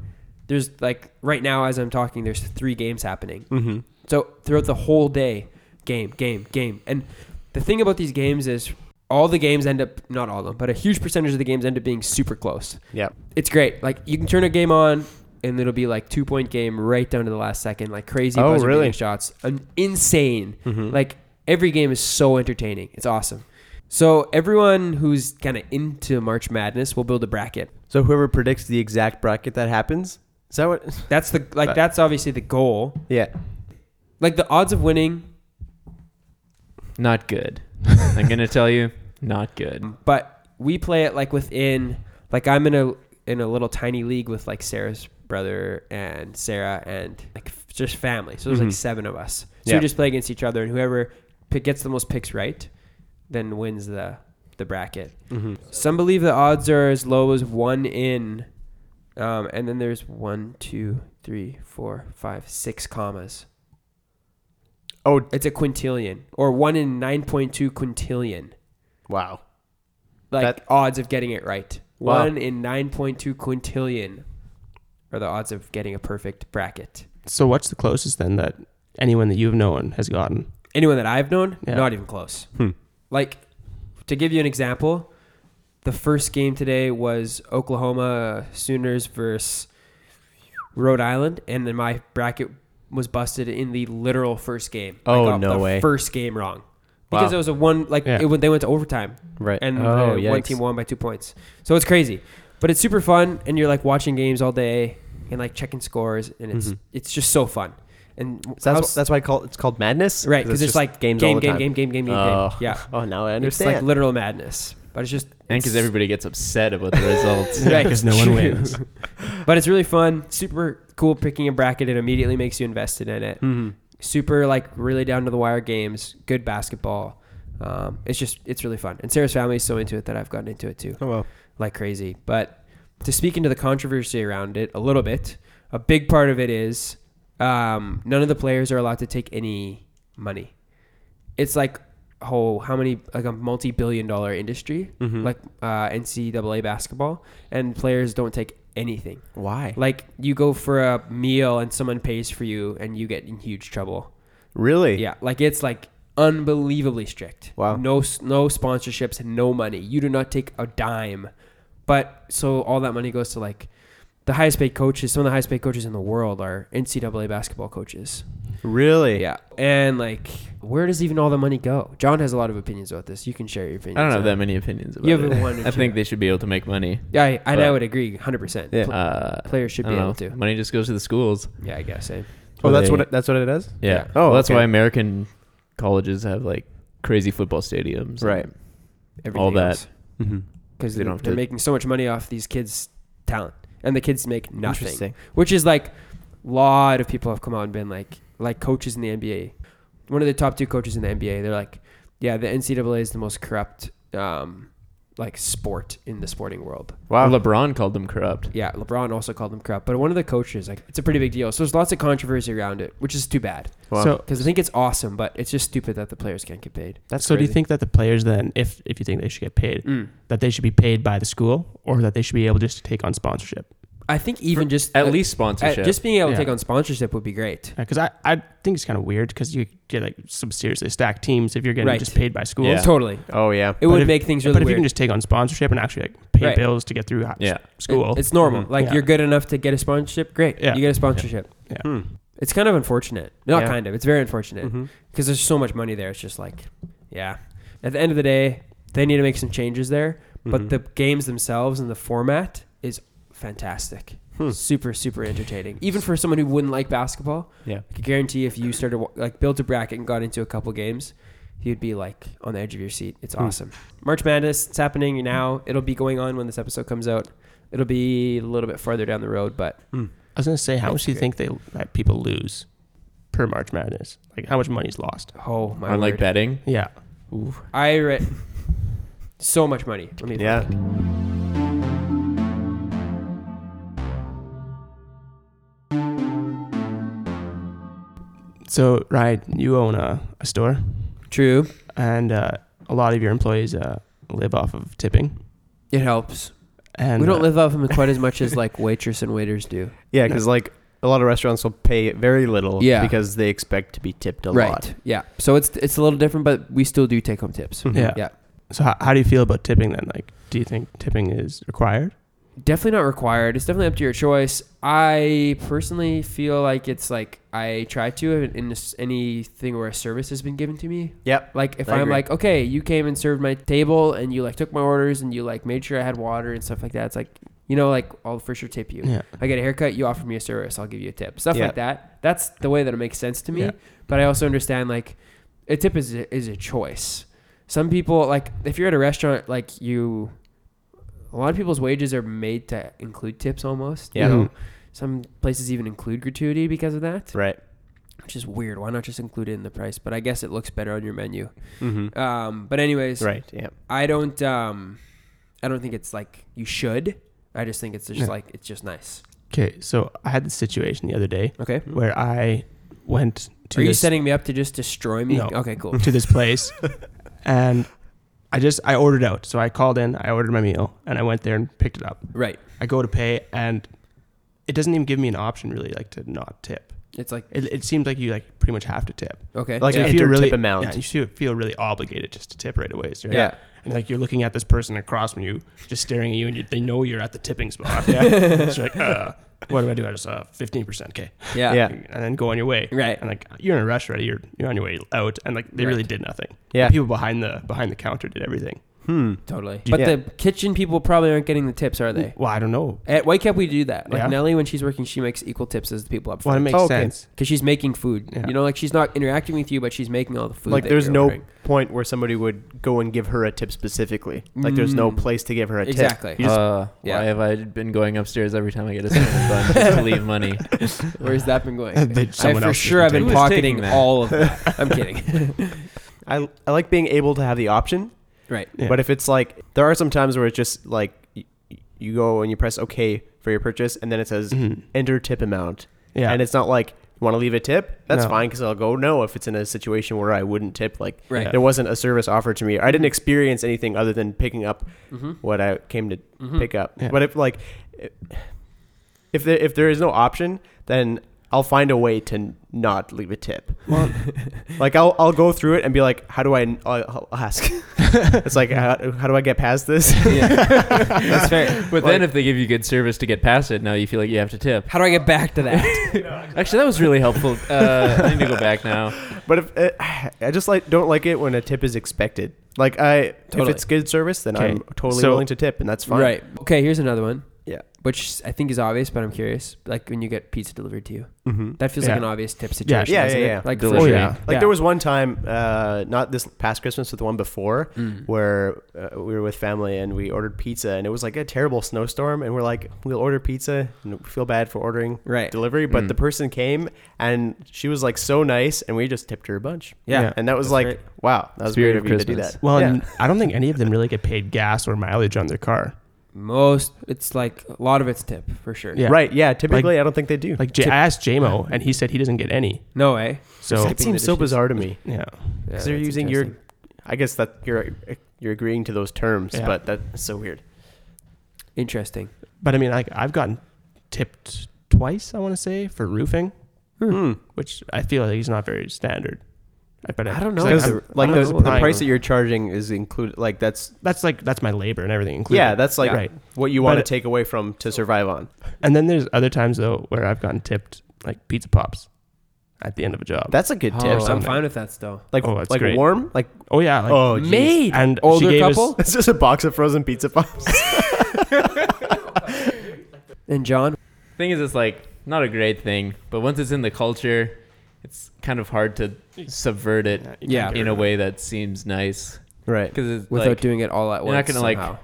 S1: there's like right now as i'm talking there's three games happening
S2: Mm-hmm.
S1: so throughout the whole day, game, game, game. And the thing about these games is all the games end up not all of them, but a huge percentage of the games end up being super close.
S2: Yep.
S1: It's great. Like you can turn a game on and it'll be like two point game right down to the last second, like crazy
S2: Oh,
S1: buzzer
S2: really?
S1: beating shots. Um, insane.
S2: Mhm.
S1: Like every game is so entertaining. It's awesome. So everyone who's kind of into March Madness will build a bracket.
S2: So whoever predicts the exact bracket that happens, is that what?
S1: [laughs] That's the like that's obviously the goal.
S2: Yeah.
S1: Like the odds of winning
S3: Not good. I'm gonna tell you, not good.
S1: but we play it like within like I'm in a in a little tiny league with like Sarah's brother and Sarah and like f- just family. So there's
S2: Mhm.
S1: like seven of us. So
S2: Yeah.
S1: we just play against each other, and whoever pick, gets the most picks right, then wins the the bracket.
S2: Mm-hmm.
S1: Some believe the odds are as low as one in, um, and then there's one, two, three, four, five, six commas.
S2: Oh
S1: It's a quintillion or one in nine point two quintillion.
S2: wow.
S1: like
S2: That-
S1: odds of getting it right.
S2: Wow.
S1: One in nine point two quintillion are the odds of getting a perfect bracket.
S4: So what's the closest then that anyone that you've known has gotten?
S1: Anyone that I've known,
S4: Yeah.
S1: not even close.
S2: Hmm.
S1: Like to give you an example, the first game today was Oklahoma Sooners versus Rhode Island, and then my bracket was busted in the literal first game. I
S2: Oh,
S1: got
S2: no
S1: the
S2: way.
S1: First game wrong because
S2: Wow.
S1: it was a one like
S4: Yeah.
S1: it went, they went to overtime.
S2: Right.
S1: and
S2: oh
S1: uh, one
S2: yikes.
S1: team won by two points. So it's crazy, but it's super fun, and you're like watching games all day and like checking scores, and it's
S2: Mhm.
S1: it's just so fun. And
S2: So that's,
S1: how's-
S2: that's why I call it's called madness.
S1: right because it's,
S2: just
S1: like game
S2: all
S1: game
S2: the
S1: game,
S2: time.
S1: game game game game
S2: Oh.
S1: game. Yeah,
S2: Oh, now [laughs] I
S1: it's
S2: understand.
S1: like literal madness, but it's
S2: [laughs]
S1: just
S3: And because
S1: it's-
S3: everybody gets upset about the
S1: [laughs]
S3: results.
S1: Right.
S4: Because no one wins.
S1: but it's really fun, super cool picking a bracket. It immediately makes you invested in it.
S2: Mhm.
S1: Super like really down to the wire games, good basketball. Um, it's just it's really fun, and Sarah's family is so into it that I've gotten into it too.
S2: Oh well.
S1: like crazy. But to speak into the controversy around it a little bit, a big part of it is um, none of the players are allowed to take any money. It's like oh, how many like a multi-billion-dollar industry
S2: Mhm.
S1: like uh, NCAA basketball, and players don't take anything.
S2: Why?
S1: Like you go for a meal and someone pays for you, and you get in huge trouble.
S2: Really?
S1: Yeah, like it's like unbelievably strict.
S2: Wow.
S1: No, s- no sponsorships, no money. You do not take a dime. But so all that money goes to like the highest paid coaches. Some of the highest paid coaches in the world are NCAA basketball coaches.
S2: Really?
S1: Yeah, and like where does even all the money go? John has a lot of opinions about this. You can share your
S3: I
S1: opinions.
S3: don't have
S1: on
S3: that
S1: it.
S3: many opinions about
S1: You
S3: it.
S1: have one or
S3: I
S1: two.
S3: think they should be able to make money.
S1: Yeah, I, and I
S3: but-
S1: would agree, hundred percent.
S2: Yeah.
S1: Pl-
S3: Uh,
S1: Players should
S3: I
S1: be
S3: don't
S1: able
S3: know.
S1: to.
S3: Money just goes to the schools.
S1: Yeah, I guess. eh?
S2: Oh, that's
S3: They-
S2: what it, that's what it is.
S3: Yeah.
S1: Yeah.
S2: Oh,
S3: Well, that's
S2: okay.
S3: why American colleges have like crazy football stadiums. and
S2: Right.
S1: Everything
S3: that.
S2: Mm-hmm.
S1: because
S3: They
S1: they
S3: don't
S1: are
S3: have to-
S1: making so much money off these kids' talent, and the kids make nothing. which is like a lot of people have come out and been like like coaches in the NBA one of the top two coaches in the NBA. They're like, yeah, the NCAA is the most corrupt, um, like sport in the sporting world.
S3: LeBron called them corrupt.
S1: Yeah, LeBron also called them corrupt, but one of the coaches, like, it's a pretty big deal. So there's lots of controversy around it, which is too bad
S2: Wow.
S4: So,
S1: because I think it's awesome, but it's just stupid that the players can't get paid.
S2: That's
S4: so do you
S2: crazy.
S4: think that the players then, if if you think they should get paid,
S1: Mm.
S4: that they should be paid by the school, or that they should be able just to take on sponsorship?
S1: I think even just
S3: At
S1: uh,
S3: least
S1: uh,
S3: sponsorship.
S1: just being able to
S4: Yeah.
S1: take on sponsorship would be great.
S4: Because Uh, I, I think it's kind of weird because you get like some seriously stacked teams if you're getting
S1: Right.
S4: just paid by schools.
S3: Yeah.
S1: Totally,
S2: Oh yeah.
S1: it
S4: But
S1: would
S4: if-
S1: make things really
S4: but if you
S1: weird.
S4: can just take on sponsorship and actually like pay
S1: Right.
S4: bills to get through hi-
S3: Yeah.
S4: school,
S1: It- it's normal.
S2: Mhm.
S1: Like
S4: Yeah.
S1: you're good enough to get a sponsorship, great.
S4: Mm-hmm. Yeah.
S1: You get a sponsorship.
S2: Hmm.
S1: It's kind of unfortunate. Not
S2: Yeah.
S1: kind of. It's very unfortunate
S2: Mhm.
S1: because there's so much money there. It's just like, yeah. At the end of the day, they need to make some changes there. But
S2: Mhm.
S1: the games themselves and the format is fantastic.
S2: Hmm.
S1: Super, super entertaining. Even for someone who wouldn't like basketball,
S2: Yeah.
S1: I could guarantee if you started wa- like built a bracket and got into a couple games, you'd be like on the edge of your seat. It's
S2: Hmm.
S1: awesome. March Madness, it's happening now. It'll be going on when this episode comes out. It'll be a little bit farther down the road, but
S4: I was gonna say, how much do you
S1: Okay.
S4: think they that people lose per March Madness? Like how much money's lost?
S1: oh my
S3: on like
S1: word.
S3: betting.
S4: Yeah,
S1: I read so much money. Let me
S2: Yeah.
S4: So, Ryan, you own a, a store,
S1: True.
S4: and uh, a lot of your employees uh, live off of tipping.
S1: It helps.
S4: And
S1: we don't
S4: uh,
S1: live off them quite as much as like [laughs] waitress and waiters do.
S2: Yeah, because like a lot of restaurants will pay very little
S1: Yeah.
S2: because they expect to be tipped a lot.
S1: Yeah. So it's it's a little different, but we still do take home
S2: [laughs]
S1: tips.
S4: Yeah.
S1: Mm-hmm. Yeah.
S4: So, how, how do you feel about tipping then? Like, do you think tipping is required?
S1: Definitely not required. It's definitely up to your choice. I personally feel like it's like I try to in this, anything where a service has been given to me.
S2: Yep.
S1: Like if
S2: I
S1: I'm
S2: agree.
S1: like, okay, you came and served my table and you like took my orders and you like made sure I had water and stuff like that. It's like you know, like I'll for sure tip you.
S4: Yeah.
S1: I get a haircut, you offer me a service, I'll give you a tip. Stuff
S2: Yeah.
S1: like that. That's the way that it makes sense to me.
S4: Yeah.
S1: But I also understand like a tip is a, is a choice. Some people like if you're at a restaurant, like you, a lot of people's wages are made to include tips almost. you
S2: Yeah. Mm-hmm.
S1: know? Some places even include gratuity because of that,
S2: Right.
S1: which is weird. Why not just include it in the price? But I guess it looks better on your menu.
S2: Mm-hmm.
S1: Um, but anyways,
S2: Right. Yeah.
S1: I don't. Um, I don't think it's like you should. I just think it's just
S4: Yeah.
S1: like it's just nice.
S4: Okay, so I had this situation the other day
S1: Okay.
S4: where I went to
S1: Mm-hmm. Are you
S4: this,
S1: setting me up to just destroy me?
S4: No.
S1: Okay,
S4: [laughs]
S1: cool.
S4: to this place, and I just I ordered out. So I called in, I ordered my meal, and I went there and picked it up.
S1: right.
S4: I go to pay, and it doesn't even give me an option really, like to not tip.
S1: It's like
S4: It, it seems like you like pretty much have to tip.
S1: okay.
S2: Like
S1: yeah.
S2: if
S4: you
S2: enter
S4: feel really
S2: tip amount.
S4: Yeah, you feel, feel really obligated just to tip right away. So you're-
S2: Yeah.
S4: And like you're looking at this person across from you, just staring at you, and you, they know you're at the
S2: [laughs]
S4: tipping spot. Yeah. so you're like, uh, what do I do? I just uh, 15%. Okay.
S1: yeah.
S2: Yeah.
S4: And then go on your way.
S1: Right.
S4: And like you're in a rush already. You're you're on your way out, and like they really did nothing.
S2: Yeah.
S4: The people behind the behind the counter did everything.
S2: Hmm.
S1: Totally.
S4: Do you-
S1: But the kitchen people probably aren't getting the tips, are they?
S4: Well, I don't know.
S1: At Whitecap, we do that. Like
S4: Yeah.
S1: Nellie, when she's working, she makes equal tips as the people up
S4: Well, it
S1: front.
S4: makes
S2: Oh, okay.
S4: sense.
S1: because she's making food.
S4: Yeah.
S1: You know, like she's not interacting with you, but she's making all the food.
S2: Like
S1: that
S2: there's
S1: you're
S2: no
S1: ordering.
S2: point where somebody would go and give her a tip specifically. Like there's no
S1: Mm.
S2: place to give her a tip.
S1: exactly.
S2: You just-
S3: uh,
S1: yeah.
S3: Why have I been going upstairs every time I get a sandwich
S2: [laughs]
S3: bun just to leave money?
S1: Where's that been going?
S4: That
S1: I
S4: someone
S1: for
S4: else
S1: sure
S4: can
S1: I've been
S3: take it. Who was taking
S1: pocketing
S3: that?
S1: all of that. I'm kidding. [laughs]
S2: I I like being able to have the option,
S1: right.
S4: Yeah.
S2: but if it's like there are some times where it's just like y- you go and you press OK for your purchase, and then it says
S4: Mhm.
S2: enter tip amount,
S4: Yeah.
S2: and it's not like you want to leave a tip. That's
S4: No.
S2: fine because I'll go no if it's in a situation where I wouldn't tip. Like
S1: Right.
S2: there wasn't a service offered to me. I
S4: Mm-hmm.
S2: didn't experience anything other than picking up
S1: Mm-hmm.
S2: what I came to
S1: Mhm.
S2: pick up.
S4: Yeah.
S2: But if like if there if there is no option, then I'll find a way to n- not leave a tip.
S4: Well-
S2: [laughs] like I'll I'll go through it and be like, how do I? n- I'll, I'll
S4: [laughs]
S2: ask. it's like how, how do I get past this?
S1: That's fair.
S3: [laughs] But then if they give you good service to get past it, now you feel like you have to tip.
S1: How do I get back to that?
S3: Actually, that was
S2: [laughs]
S3: really helpful. Uh, I need to go back now.
S2: But if uh, I just like don't like it when a tip is expected. Like I
S1: Totally.
S2: if it's good service, then
S4: Okay.
S2: I'm totally
S4: So-
S2: willing to tip, and that's fine.
S1: Right. Okay, here's another one.
S2: Yeah.
S1: Which I think is obvious, but I'm curious. Like when you get pizza delivered to you,
S2: Mm-hmm.
S1: that feels
S4: Yeah.
S1: like an obvious tip situation.
S2: yeah,
S1: doesn't
S2: yeah,
S1: it?
S2: yeah.
S1: Like
S3: Delivery.
S1: for
S4: Oh,
S1: sure.
S4: yeah.
S2: Like
S1: Yeah.
S2: there was one time, uh, not this past Christmas, but the one before,
S1: Mm.
S2: where uh, we were with family and we ordered pizza, and it was like a terrible snowstorm, and we're like, we'll order pizza, and we feel bad for ordering
S1: Right.
S2: delivery, but
S3: Mm.
S2: the person came and she was like so nice, and we just tipped her a bunch.
S1: Yeah.
S2: and that was
S1: That's
S2: like,
S1: great.
S2: wow, that was
S3: Spirit
S2: great
S3: of
S2: of you to do
S3: Christmas.
S2: that.
S4: Well,
S2: Yeah.
S4: and I don't think any of them really get paid gas or mileage on their car.
S1: Most it's like a lot of it's tip for sure.
S4: Yeah.
S2: right, yeah. Typically, I don't think they do.
S4: Like J- I asked JMO, and he said he doesn't get any.
S1: No way.
S4: So
S2: that seems so bizarre to me.
S4: yeah,
S1: Yeah,
S2: Because they're
S1: that's
S2: using your,
S1: interesting.
S2: I guess that you're you're agreeing to those terms,
S4: Yeah.
S2: but that's so weird.
S1: interesting.
S4: but I mean, like I've gotten tipped twice. I want to say for roofing,
S2: Hmm.
S4: which I feel like is not very standard. But uh,
S1: I don't know.
S4: Like,
S2: Because
S1: I'm-
S2: the-
S4: I'm
S2: like
S4: not
S2: the, the
S4: applying.
S2: price that you're charging is included. Like that's
S4: that's like that's my labor and everything included.
S2: yeah, that's like
S4: right.
S2: what you
S4: But
S2: want to
S4: it-
S2: take away from to survive on.
S4: And then there's other times though where I've gotten tipped like pizza pops at the end of a job.
S2: That's a good tip.
S1: Oh, I'm fine with that still.
S2: Like
S4: Oh, that's
S2: like
S4: great.
S2: warm. Like
S4: oh yeah, like,
S2: oh geez.
S1: Made
S4: and she
S1: older
S4: gave us-
S1: couple
S2: [laughs] It's just a box of frozen pizza pops.
S1: and John.
S3: thing is, it's like not a great thing, but once it's in the culture, it's kind of hard to subvert it
S4: you
S1: Yeah.
S4: can't
S3: in
S4: get
S3: a
S4: rid
S3: way that seems nice.
S2: [laughs] right.
S3: Because it's
S1: Without
S3: like,
S1: doing it all at
S3: you're
S1: once.
S3: not gonna, like,
S1: somehow.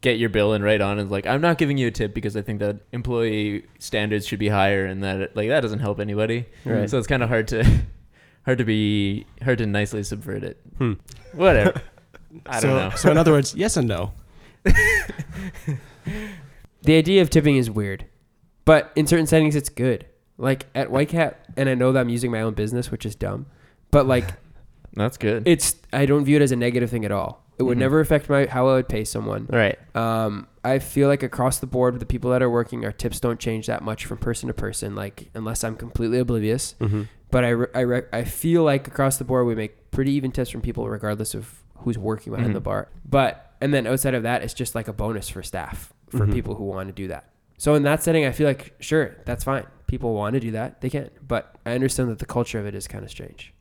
S3: get your bill and right on is like, I'm not giving you a tip because I think that employee standards should be higher, and that like that doesn't help anybody.
S2: Right.
S3: So it's kind of hard to [laughs] hard to be hard to nicely subvert it.
S2: Hmm.
S4: [laughs]
S3: Whatever. I
S4: so,
S3: don't know.
S4: so in other words, yes and no.
S1: The idea of tipping is weird, but in certain settings, it's good. Like at White Cat, and I know that I'm using my own business, which is dumb, but [laughs] like
S3: That's good.
S1: it's I don't view it as a negative thing at all. It would
S3: Mhm.
S1: never affect my how I would pay someone.
S2: Right.
S1: Um, I feel like across the board, the people that are working, our tips don't change that much from person to person. Like unless I'm completely oblivious,
S3: Mm-hmm.
S2: Mhm.
S1: but I re- I, re- I feel like across the board we make pretty even tips from people regardless of who's working behind
S3: Mhm.
S1: the
S4: Mm-hmm.
S1: bar. But and then outside of that, it's just like a bonus for staff for
S4: Mm-hmm.
S2: Mhm.
S1: people who want to do that. So in that setting, I feel like sure that's fine. People want to do that, they can. But I understand that the culture of it is kind of strange.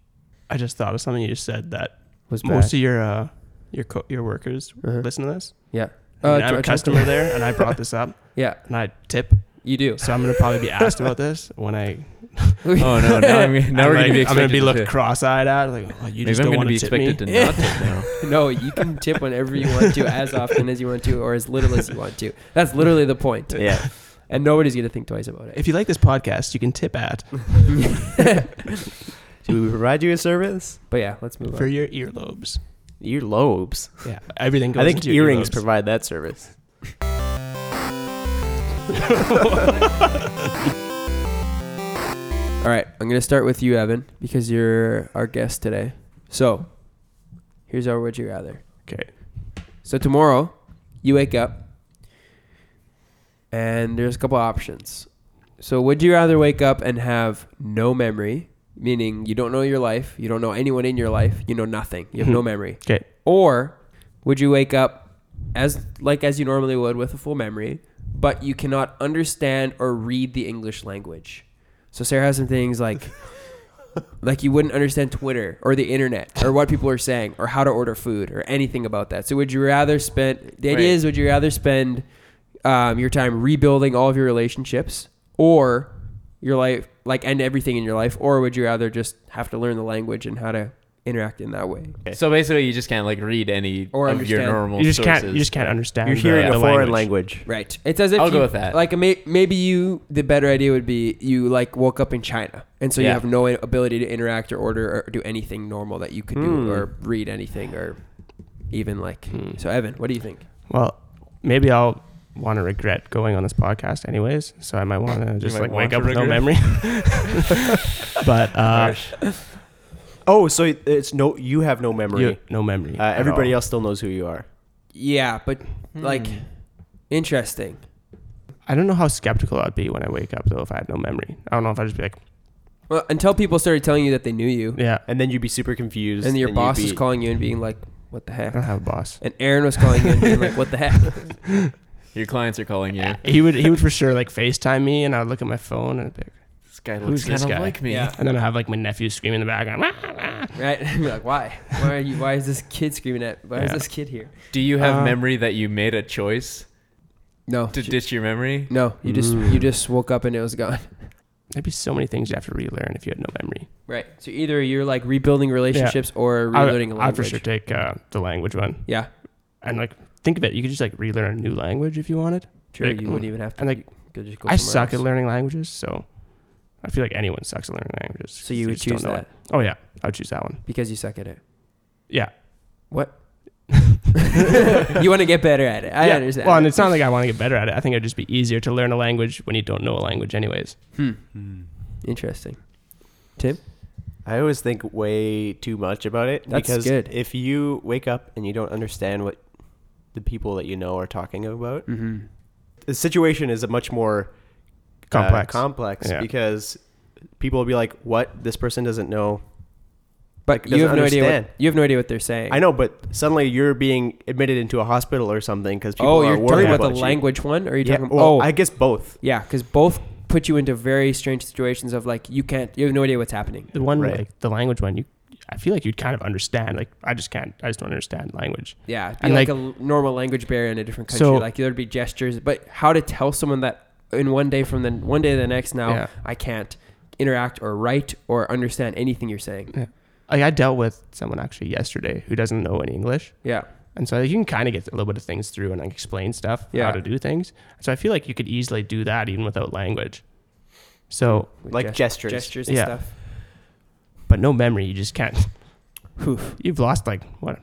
S4: I just thought of something you just said that
S1: Was
S4: most of your uh, your co- your workers
S1: Uh-huh.
S4: listen to this.
S1: Yeah.
S4: I mean,
S1: Uh,
S4: I'm a
S1: talk- talk to
S4: customer there, and I brought this up,
S1: Yeah,
S4: and I tip
S1: you
S4: [laughs]
S1: do.
S4: So I'm gonna probably be asked about this when I.
S3: [laughs] oh
S4: [laughs]
S3: no! Now, I'm, [laughs] now
S4: I'm
S3: we're gonna be
S4: like- I'm gonna
S3: expected
S4: be looked
S3: to-
S4: cross-eyed at, like, oh, you
S3: Maybe
S4: just
S3: I'm
S4: don't
S3: gonna
S4: want
S3: be
S4: to tip me.
S3: expected
S4: [laughs]
S3: to not tip now.
S1: No, you can tip whenever you want to, as often as you want to, or as little as you want to. That's literally the point.
S2: Yeah.
S1: And nobody's going to think twice about it.
S4: If you like this podcast, you can tip at
S2: Do we provide you a service?
S1: [laughs] But yeah, let's move
S4: for
S1: on.
S4: your earlobes.
S2: Your lobes.
S4: Yeah, everything goes.
S2: I think
S4: into your
S2: earrings
S4: earlobes.
S2: provide that service.
S4: [laughs]
S1: All right, I'm going to start with you, Evan, because you're our guest today. So here's our Would You Rather.
S4: Okay.
S1: So tomorrow, you wake up, and there's a couple options. So would you rather wake up and have no memory, meaning you don't know your life, you don't know anyone in your life, you know nothing, you have no memory,
S4: Okay.
S1: or would you wake up as like as you normally would with a full memory but you cannot understand or read the english language so sarah has some things like like you wouldn't understand twitter or the internet or what people are saying or how to order food or anything about that so would you rather spend the idea
S2: Right.
S1: is would you rather spend um, your time rebuilding all of your relationships or your life like end everything in your life or would you rather just have to learn the language and how to interact in that way
S2: Okay.
S3: So basically, you just can't like read any
S1: Or
S3: of
S1: understand.
S3: your normal.
S4: You just
S3: sources.
S4: can't. You just can't understand.
S2: You're
S4: the-
S2: hearing
S4: the
S2: a foreign language.
S1: Right. It's as if
S3: I'll go
S1: you-
S3: with that.
S1: Like may, maybe you, the better idea would be you like woke up in China, and so you
S3: Yeah.
S1: have no ability to interact or order or do anything normal that you could
S2: Hmm.
S1: do or read anything or even like.
S3: Hmm.
S1: So Evan, what do you think?
S4: Well, maybe I'll want to regret going on this podcast, anyways. So I might want to just
S3: might
S4: like wake
S3: want to
S4: up with no
S3: regret.
S4: memory.
S2: [laughs]
S4: but uh,
S2: Oh, so it's no. You have no memory.
S4: you, no memory.
S2: uh,
S4: at
S2: everybody
S4: all.
S2: else still knows who you are.
S1: Yeah, but like,
S3: Hmm.
S1: interesting.
S4: I don't know how skeptical I'd be when I wake up though if I had no memory. I don't know if I'd just be like,
S1: Well, until people started telling you that they knew you,
S4: yeah,
S2: And then you'd be super confused.
S1: and your
S2: you'd
S1: boss
S2: be-
S1: was calling you and being like, "What the
S4: I
S1: heck."
S3: [laughs]
S4: don't have a boss.
S1: And Aaron was calling you and being like, "What the heck?" [laughs]
S3: Your clients are calling you.
S4: [laughs] He would he would for sure like FaceTime me and I would look at my phone and I'd be like,
S3: This guy
S4: Who's
S3: looks
S4: this
S3: kind of
S4: guy?
S3: like me.
S1: Yeah.
S4: and then I have like my nephew scream in the background. "Wah, wah."
S1: Right? [laughs] You're like, "Why? Why are you? Why is this kid screaming at? Why is
S4: Yeah.
S1: this kid here?"
S3: Do you have
S4: Uh,
S3: memory that you made a choice?
S1: No.
S3: to ditch your memory.
S1: No, you just
S2: Mm.
S1: you just woke up and it was gone. [laughs]
S4: There'd be so many things you have to relearn if you had no memory.
S1: Right. So either you're like rebuilding relationships or
S4: I-
S1: relearning a language.
S4: I'd for sure take uh, the language one.
S1: Yeah.
S4: And like, think of it. You could just like relearn a new language if you wanted.
S1: Sure.
S4: Like, mm,
S1: you wouldn't even have to.
S4: and, like,
S1: you could just go
S4: I
S1: somewhere
S4: suck at
S1: else.
S4: learning languages, so I feel like anyone sucks at learning languages.
S1: So you would
S4: just don't
S1: choose
S4: know
S1: that
S4: it. Oh yeah, I would choose that one.
S1: because you suck at it.
S4: Yeah. [laughs]
S1: What? [laughs] you want to get better at it. I
S4: Yeah.
S1: understand.
S4: Well, and it's not like I want to get better at it. I think it'd just be easier to learn a language when you don't know a language, anyways.
S1: Hmm. Interesting.
S2: I always think way too much about it
S1: That's
S2: because
S1: good.
S2: if you wake up and you don't understand what the people that you know are talking about,
S1: Mm-hmm.
S2: the situation is a much more uh,
S4: Complex.
S2: complex
S4: Yeah.
S2: because people will be like, "What? This person doesn't know."
S1: But
S2: Like,
S1: you
S2: doesn't
S1: have no idea. What,
S2: understand.
S1: you have no idea what they're saying.
S2: I know, but suddenly you're being admitted into a hospital or something because people
S1: Oh,
S2: are
S1: you're
S2: worried
S1: talking about the
S2: you.
S1: language one, or are you
S2: Yeah,
S1: talking?
S2: well,
S1: oh,
S2: I guess both.
S1: yeah, because both put you into very strange situations of like you can't. You have no idea what's happening.
S4: The one
S2: Right.
S4: like the language one, you, I feel like you'd kind of understand. Like I just can't. I just don't understand language.
S1: Yeah, it'd be
S4: And,
S1: like,
S4: like-
S1: a l- normal language barrier in a different country.
S4: So-
S1: like there'd be gestures, but how to tell someone that in one day from the one day to the next now
S4: Yeah.
S1: I can't interact or write or understand anything you're saying.
S4: Like I dealt with someone actually yesterday who doesn't know any English,
S1: Yeah,
S4: and so you can kind of get a little bit of things through and like explain stuff,
S1: Yeah.
S4: how to do things. So I feel like you could easily do that even without language. So,
S1: With
S2: Like
S1: gest-
S2: gestures.
S1: gestures and
S4: Yeah.
S1: stuff.
S4: but no memory, you just can't. [laughs]
S1: Oof.
S4: You've lost like what,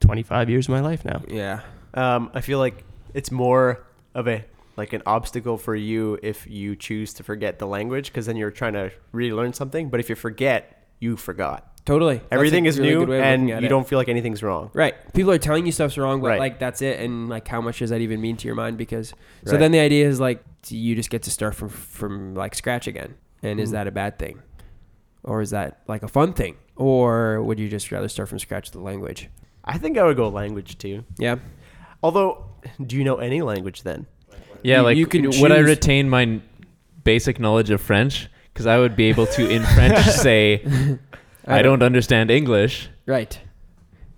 S4: twenty five years of my life now.
S1: Yeah,
S2: Um, I feel like it's more of a like an obstacle for you if you choose to forget the language because then you're trying to relearn something. But if you forget, you forgot.
S1: totally. That's a
S2: Everything is
S1: really good
S2: new,
S1: way of
S2: and
S1: looking
S2: you
S1: at it.
S2: don't feel like anything's wrong.
S1: Right. People are telling you stuff's wrong, but
S2: Right.
S1: like that's it. And like, how much does that even mean to your mind? Because so
S2: Right.
S1: then the idea is like, do you just get to start from from like scratch again? And
S3: Mm-hmm.
S1: is that a bad thing, or is that like a fun thing, or would you just rather start from scratch with the language?
S2: I think I would go language too.
S1: Yeah.
S2: Although, do you know any language then?
S3: Yeah,
S1: You-
S3: like
S1: you can
S3: would I
S1: choose-
S3: retain my n- basic knowledge of French? Because I would be able to in French say I don't understand English,
S1: Uh, Right.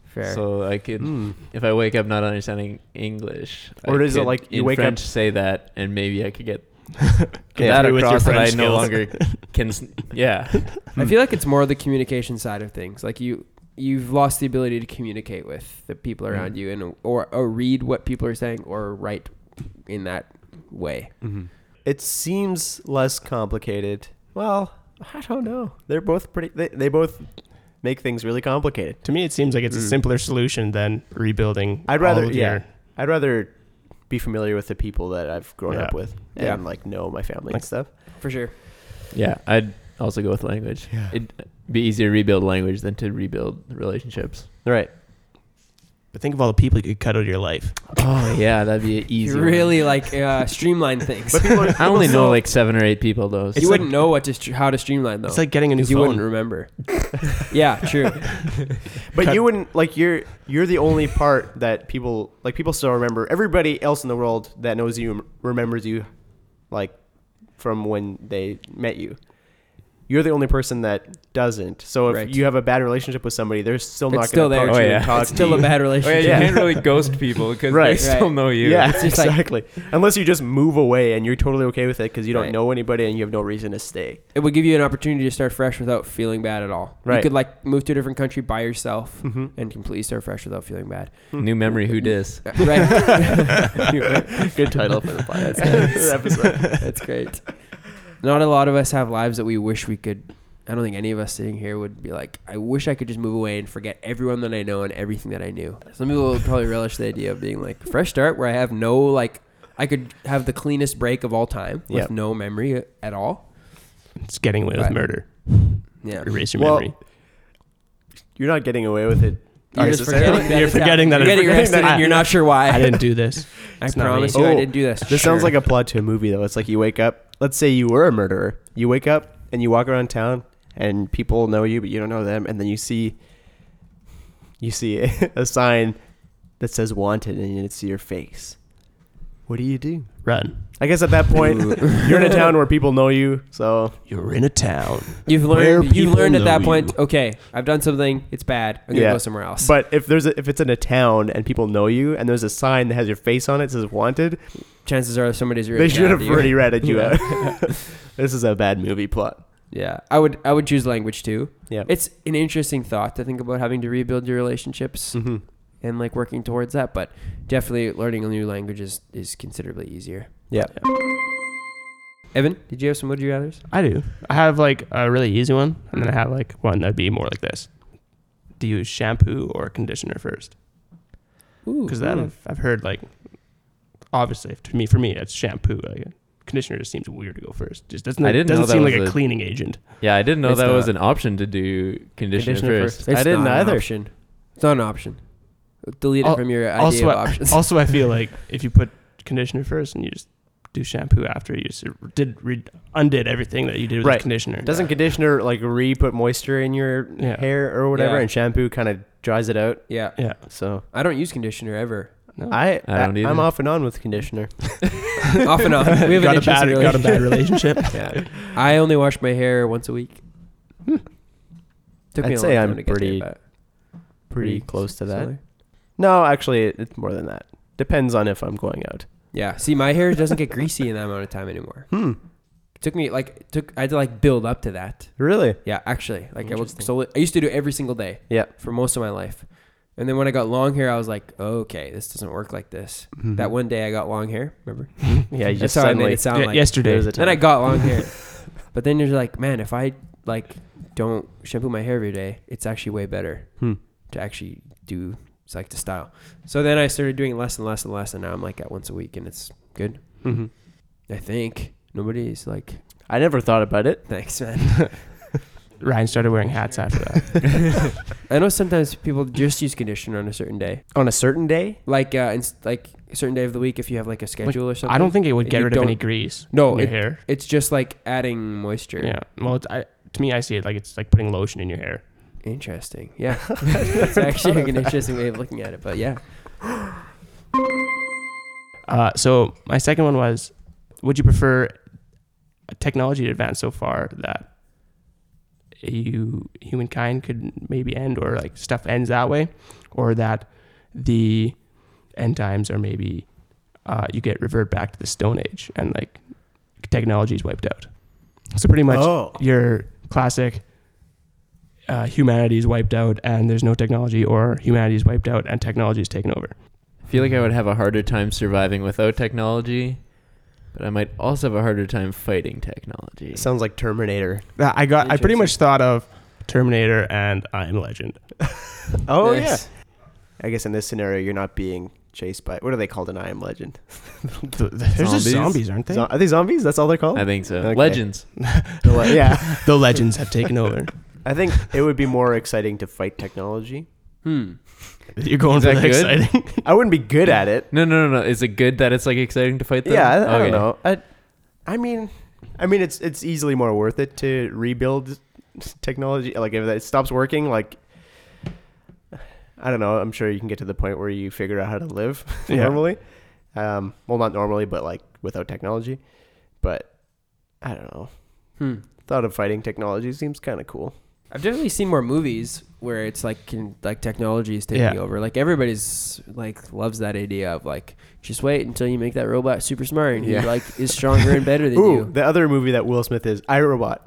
S1: Fair. Hmm.
S3: so I could if I wake up not understanding English. I
S2: Or is it
S3: could
S2: like you
S3: in
S2: wake up-
S3: French say that, and maybe I could get
S2: Yeah,
S3: that
S4: through with your
S3: across that I
S4: French
S3: no
S4: skills.
S3: longer [laughs] can. s- Yeah,
S1: I feel like it's more the communication side of things. Like you, you've lost the ability to communicate with the people
S3: Mm.
S1: around you, and or, or read what people are saying, or write in that way.
S2: It seems less complicated. Well, I don't know. They're both pretty. They, they both make things really complicated.
S4: To me, it seems like it's
S1: Mm.
S4: a simpler solution than rebuilding.
S2: I'd rather
S4: all of
S2: yeah.
S4: your-
S2: I'd rather be familiar with the people that I've grown
S4: Yeah.
S2: up with and
S1: Yeah.
S2: like know my family
S4: Like-
S2: and stuff.
S1: For sure.
S3: [laughs] yeah. I'd also go with language.
S2: Yeah.
S3: It'd be easier to rebuild language than to rebuild relationships.
S2: Right.
S4: [laughs] but think of all the people you could cut out of your life.
S3: Oh yeah, that'd be an easy.
S1: You
S3: one.
S1: really like uh, streamline things.
S2: But people are,
S3: I only know
S2: so-
S3: like seven or eight people though. so-
S1: you
S3: [laughs]
S1: wouldn't know what to str- how to streamline though.
S4: It's like getting a new
S1: 'cause Oh. you wouldn't
S4: phone.
S1: remember. yeah, true.
S2: but you wouldn't like you're you're the only part that people like people still remember. Everybody else in the world that knows you remembers you like from when they met you. You're the only person that doesn't. So if
S1: Right.
S2: you have a bad relationship with somebody, they're still
S1: It's
S2: not
S1: still there.
S2: going to approach
S3: Oh,
S2: you
S3: yeah.
S2: and talk
S1: It's still
S2: to
S1: a
S2: you. [laughs]
S1: bad relationship.
S2: yeah.
S3: really ghost people because
S2: Right.
S1: Right.
S3: know
S2: [laughs]
S3: you.
S2: Yeah,
S1: It's just like-
S2: exactly. Unless you just move away and you're totally okay with it because you don't
S1: Right.
S2: know anybody and you have no reason
S1: [laughs]
S2: to stay. [laughs]
S1: It would give you an opportunity to start fresh without feeling bad at all. You
S2: Right.
S1: could like move to a different country by yourself
S2: Mm-hmm.
S1: and completely start fresh without feeling bad.
S3: New memory, who dis?
S1: Uh, Right. You're right.
S2: Good title for the
S1: [laughs]
S2: podcast. episode.
S1: That's great. Not a lot of us have lives that we wish we could. I don't think any of us sitting here would be like, I wish I could just move away and forget everyone that I know and everything that I knew. Some people would probably relish the idea of being like, fresh start where I have no, like, I could have the cleanest break of all time with
S2: Yep.
S1: no memory at all.
S4: It's getting away
S1: Right.
S4: with murder.
S1: Yeah.
S4: Erase your
S2: Well,
S4: memory.
S2: You're not getting away with it.
S1: You're
S4: Alright,
S1: just
S4: so
S1: forgetting
S4: say-
S1: that
S4: you're
S1: it's happened.
S4: forgetting that
S1: you're
S4: it's-
S1: getting arrested
S4: I-
S1: and you're not sure why. [laughs]
S4: I didn't do this.
S1: I
S4: It's not
S1: promise
S2: me.
S1: you, I
S2: Oh,
S1: didn't do this.
S2: This sounds like a plot to a movie, though. It's like you wake up. Let's say you were a murderer. You wake up and you walk around town, and people know you, but you don't know them. And then you see, [laughs] you see a sign that says "wanted," and it's your face. what do you do?
S4: Run.
S2: I guess at that point, [laughs] you're in a town where people know you, so
S4: You're in a town.
S1: You've
S4: Where
S1: learned. You
S4: people
S1: learned at
S4: know
S1: that
S4: you.
S1: point. Okay, I've done something. It's bad. I'm gonna
S2: Yeah.
S1: go somewhere else.
S2: But if there's a, if it's in a town and people know you, and there's a sign that has your face on it that says "wanted,"
S1: chances are somebody's really.
S2: they should have already
S1: You.
S2: ratted you out. [laughs] this is a bad movie plot.
S1: [laughs] Yeah, I would. I would choose language too.
S2: Yeah.
S1: It's an interesting thought to think about having to rebuild your relationships
S2: Mm-hmm.
S1: and like working towards that. But definitely learning a new language is, is considerably easier.
S2: Yeah.
S1: Evan, did you have some would you rather's?
S4: I do. I have like a really easy one, and then I have like one that'd be more like this. Do you use shampoo or conditioner first?
S1: Ooh,
S4: Because that I've, I've heard like obviously to me for me it's shampoo. Like, conditioner just seems weird to go first. Just doesn't.
S3: I didn't know
S4: doesn't
S3: that
S4: seem
S3: was
S4: like a,
S3: a-
S4: cleaning agent.
S3: Yeah, I didn't know
S1: It's
S3: that was
S1: not.
S3: an option to do conditioner, first.
S1: It's
S2: I didn't
S1: not an
S2: either.
S1: option. It's not an option. Delete
S4: Al-
S1: it from your idea
S4: Also,
S1: of
S4: I,
S1: options.
S4: also I feel like if you put conditioner first and you just do shampoo after, you just did re- undid everything that you did with
S2: Right.
S4: the conditioner.
S2: Doesn't conditioner like re put moisture in your
S4: Yeah.
S2: hair or whatever,
S1: Yeah.
S2: and shampoo kind of dries it out?
S1: [laughs] yeah,
S4: yeah.
S2: So
S1: I don't use conditioner
S4: [laughs]
S1: ever.
S4: No.
S2: I,
S3: I don't
S2: I
S3: either.
S2: am off and on with conditioner.
S1: Off
S4: [laughs]
S1: and on. We have an
S4: got a
S1: interesting
S4: bad got a bad relationship.
S1: Yeah. I only wash my hair once a week. Took me
S2: Hmm. I'd
S1: a
S2: say
S1: long
S2: I'm
S1: time to get
S2: pretty-
S1: there, but
S2: Pretty close to that.
S1: similar.
S2: No, actually, it- it's more than that. Depends on if I'm going out.
S1: Yeah. See, my hair doesn't get greasy in that amount of time anymore.
S2: Hmm.
S1: It took me like it took I had to like build up to that.
S2: Really?
S1: Yeah, actually, like I would
S4: Interesting.
S1: so I used to do it every single day.
S2: Yeah.
S1: for most of my life, and then when I got long hair, I was like, okay, this doesn't work like this.
S2: Mm-hmm.
S1: That one day I got long hair. Remember?
S2: Yeah. You
S1: That's
S2: just
S1: how I made
S2: suddenly.
S1: it sound
S4: Ye-
S1: like.
S4: yesterday.
S2: There's a
S1: Then I
S2: time.
S1: got long
S2: [laughs]
S1: hair, but then you're like, man, if I like don't shampoo my hair every day, it's actually way better
S2: Hmm.
S1: to actually do it's like to style. So then I started doing less and less and less, and now I'm like at once a week, and it's good.
S2: Mhm.
S4: Mm-hmm.
S1: I think nobody's like, [laughs]
S2: I never thought about it.
S1: thanks, man.
S4: Ryan started wearing hats after that.
S1: I know sometimes people just use conditioner on a certain day,
S2: On a certain day,
S1: like uh, in, like a certain day of the week if you have like a schedule or something.
S4: I don't think it would get
S1: You
S4: rid of any
S1: don't-
S4: grease.
S1: No,
S4: in your
S1: it-
S4: hair.
S1: it's just like adding moisture.
S4: Yeah. Well, it's, I, to me, I see it like it's like putting lotion in your hair.
S1: Interesting. Yeah, [laughs] it's actually like an interesting way of looking at it. But yeah,
S4: Uh, so my second one was, would you prefer technology to advance so far that you humankind could maybe end or like stuff ends that way, or that the end times are maybe uh, you get revert back to the Stone Age and like technology is wiped out. So pretty much
S2: Oh.
S4: your classic. Uh, humanity is wiped out and there's no technology, or humanity is wiped out and technology is taken over.
S3: I feel like I would have a harder time surviving without technology, but I might also have a harder time fighting technology.
S2: it [laughs] sounds like Terminator.
S4: That I got. I pretty
S1: Interesting.
S4: much thought of Terminator and I Am Legend.
S2: Oh
S1: Nice.
S2: yeah. I guess in this scenario, you're not being chased by what are they called in I Am Legend?
S4: There's
S3: Zombies?
S4: just zombies, aren't they?
S2: Zo- are they zombies? That's all they're called.
S3: I think so.
S2: Okay.
S3: Legends.
S2: The le- yeah.
S4: the legends have taken over. [laughs]
S2: I think it would be more exciting to fight technology.
S1: Hmm.
S4: You're going
S3: Is
S4: for
S3: that
S4: the
S3: good?
S4: [laughs] exciting.
S2: I wouldn't be good at it.
S3: No, no, no, no. Is it good that it's like exciting to fight them?
S2: Yeah, I, I don't
S3: Okay.
S2: know. I, I mean, I mean, it's it's easily more worth it to rebuild technology. Like if it stops working, like I don't know. I'm sure you can get to the point where you figure out how to live [laughs]
S4: Yeah.
S2: normally. Um, well, not normally, but like without technology. But I don't know.
S1: Hmm.
S2: Thought of fighting technology seems kind of cool.
S1: I've definitely seen more movies where it's like can, like technology is taking
S4: Yeah.
S1: over. Like everybody's like loves that idea of like just wait until you make that robot super smart and
S2: Yeah.
S1: he like is stronger and better than
S2: [laughs] Ooh,
S1: you.
S2: the other movie that Will Smith is iRobot.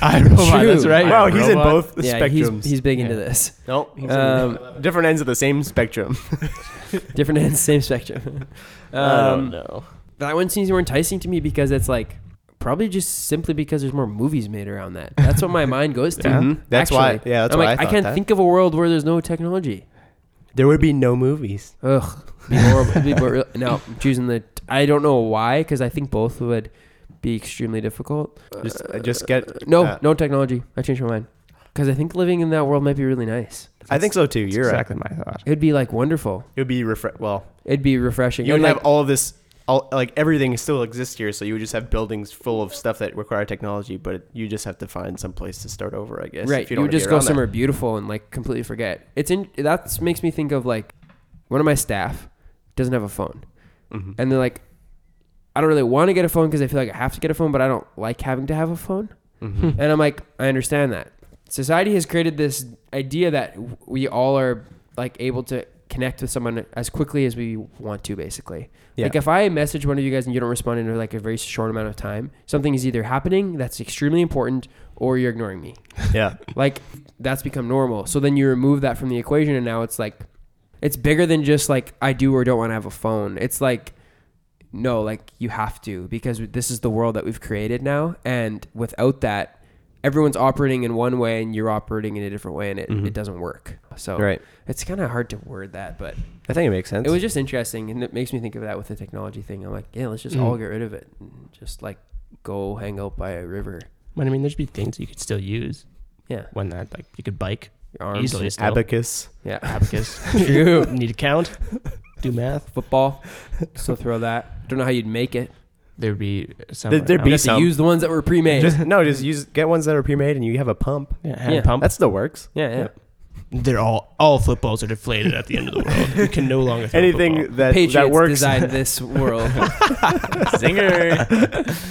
S4: I robot.
S1: True.
S4: That's right.
S2: wow, he's in
S3: iRobot?
S2: both
S1: yeah,
S2: spectrums.
S1: he's he's big into
S4: Yeah.
S1: this.
S2: nope, he's in
S1: Um,
S2: different ends of the same spectrum.
S1: Different ends, [laughs] same spectrum.
S2: [laughs] I
S1: [laughs]
S2: don't
S1: Um,
S2: know.
S1: that one seems more enticing to me because it's like probably just simply because there's more movies made around that. That's what
S2: [laughs]
S1: my mind goes to.
S4: Yeah.
S2: Mhm. That's why.
S1: Actually,
S2: Yeah, that's
S1: I'm
S2: why
S1: like,
S2: I,
S1: I,
S2: thought
S1: can't
S2: that.
S1: think of a world where there's no technology.
S2: There would be no movies.
S1: Ugh, be horrible. it'd be
S2: [laughs]
S1: more, no, I'm choosing the. I don't know why, because I think both would be extremely difficult.
S2: Just, uh, just get.
S1: No,
S2: uh,
S1: no technology. I changed my mind. Because I think living in that world might be really nice.
S2: I think so too. You're right.
S4: exactly my thought.
S1: It'd be like wonderful.
S2: It would be refre- Well,
S1: It'd be refreshing.
S2: you would
S1: And,
S2: have
S1: like,
S2: all of this. All like everything still exists here, so you would just have buildings full of stuff that require technology, but you just have to find some place to start over, I guess.
S1: right.
S2: if
S1: You,
S2: don't
S1: would
S2: wanna be
S1: just go
S2: around that.
S1: somewhere beautiful and like completely forget. It's in. That makes me think of like one of my staff doesn't have a phone,
S2: Mhm.
S1: and they're like, I don't really want to get a phone because I feel like I have to get a phone, but I don't like having to have a phone. [laughs]
S2: Mhm.
S1: And I'm like, I understand that. Society has created this idea that w- we all are like able to connect with someone as quickly as we want to, basically.
S2: Yeah.
S1: Like if I message one of you guys and you don't respond in like a very short amount of time, something is either happening that's extremely important or you're ignoring me.
S2: Mm-hmm. yeah.
S1: Like that's become normal. So then you remove that from the equation and now it's like it's bigger than just like I do or don't want to have a phone. It's like no, like you have to because this is the world that we've created now and without that everyone's operating in one way and you're operating in a different way and it,
S2: Mhm.
S1: it doesn't work. So
S2: Right.
S1: it's kind of hard to word that, but
S2: I think it makes sense.
S1: it was just interesting and it makes me think of that with the technology thing. I'm like, yeah, let's just all get rid of it and just like go hang out by a river.
S4: But I mean, there's be things you could still use
S1: Yeah.
S4: when that like you could bike
S1: Your arms.
S4: easily still.
S2: abacus.
S1: Yeah.
S4: Abacus.
S1: True.
S4: Need to count. Do math.
S1: football. So throw that. Don't know how you'd make it.
S4: There'd be some.
S2: There'd- there'd
S1: You
S2: be-
S1: have to
S2: some.
S1: use the ones that were pre-made.
S2: Just
S1: [laughs]
S2: no, just use get ones that are pre-made and you have a pump.
S4: yeah, hand
S1: Yeah.
S4: pump.
S2: That still works.
S1: yeah, yeah.
S4: They're all all footballs are deflated at the end of the world. You can no longer throw a football.
S2: Anything that
S1: Patriots
S2: that works.
S1: designed this world.
S3: [laughs] [laughs] Zinger.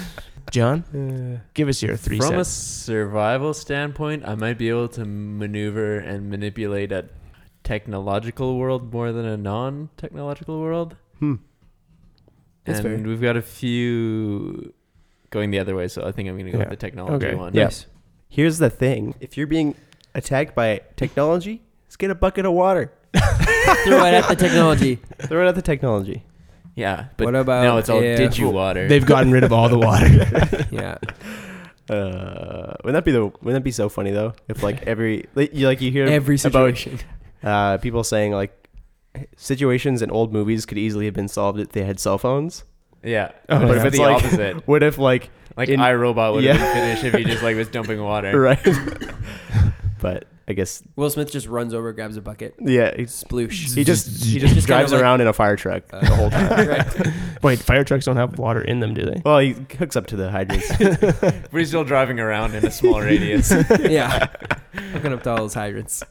S4: John,
S2: Uh,
S4: give us your three
S3: From a
S4: cents.
S3: survival standpoint, I might be able to maneuver and manipulate a technological world more than a non-technological world.
S2: Hmm.
S1: That's
S3: and
S1: fair.
S3: we've got a few going the other way, so I think I'm going to go
S4: Yeah.
S3: with the technology
S4: Okay.
S3: one.
S2: Yeah.
S1: Nice.
S2: [laughs] Here's the thing: if you're being attacked by technology, just get a bucket of water.
S1: Throw it at the technology.
S2: Throw it at the technology.
S3: Yeah, but
S1: What about
S3: now it's all
S1: if-
S3: digi water.
S4: They've gotten rid of all the water.
S1: Yeah.
S2: Uh, wouldn't that be the? Wouldn't that be so funny though?
S1: [laughs]
S2: If like every like you like you hear
S1: Every
S2: about
S1: situation.
S2: uh, people saying like situations in old movies could easily have been solved if they had cell phones.
S3: yeah,
S4: Oh,
S3: but
S4: yeah.
S3: if it's
S2: It's
S3: the
S2: like- [laughs]
S3: opposite,
S2: What if like
S3: like
S2: In-
S3: iRobot would
S2: Yeah.
S3: have been finished if he just like was
S2: [laughs]
S3: dumping water.
S2: right?
S1: [laughs]
S2: but I guess
S1: Will Smith just runs over, grabs a bucket,
S2: yeah, he's,
S1: sploosh.
S2: he just
S1: [laughs]
S2: he just,
S1: Just kinda
S2: drives
S1: like-
S2: around in a fire truck
S1: Uh,
S2: [laughs] the whole time.
S1: [laughs] right.
S4: [laughs] Wait, fire trucks don't have water in them, do they?
S2: Well, he hooks up to the hydrants.
S3: But he's still driving around in a small radius.
S2: [laughs]
S1: Yeah. Hooking up to all those hydrants.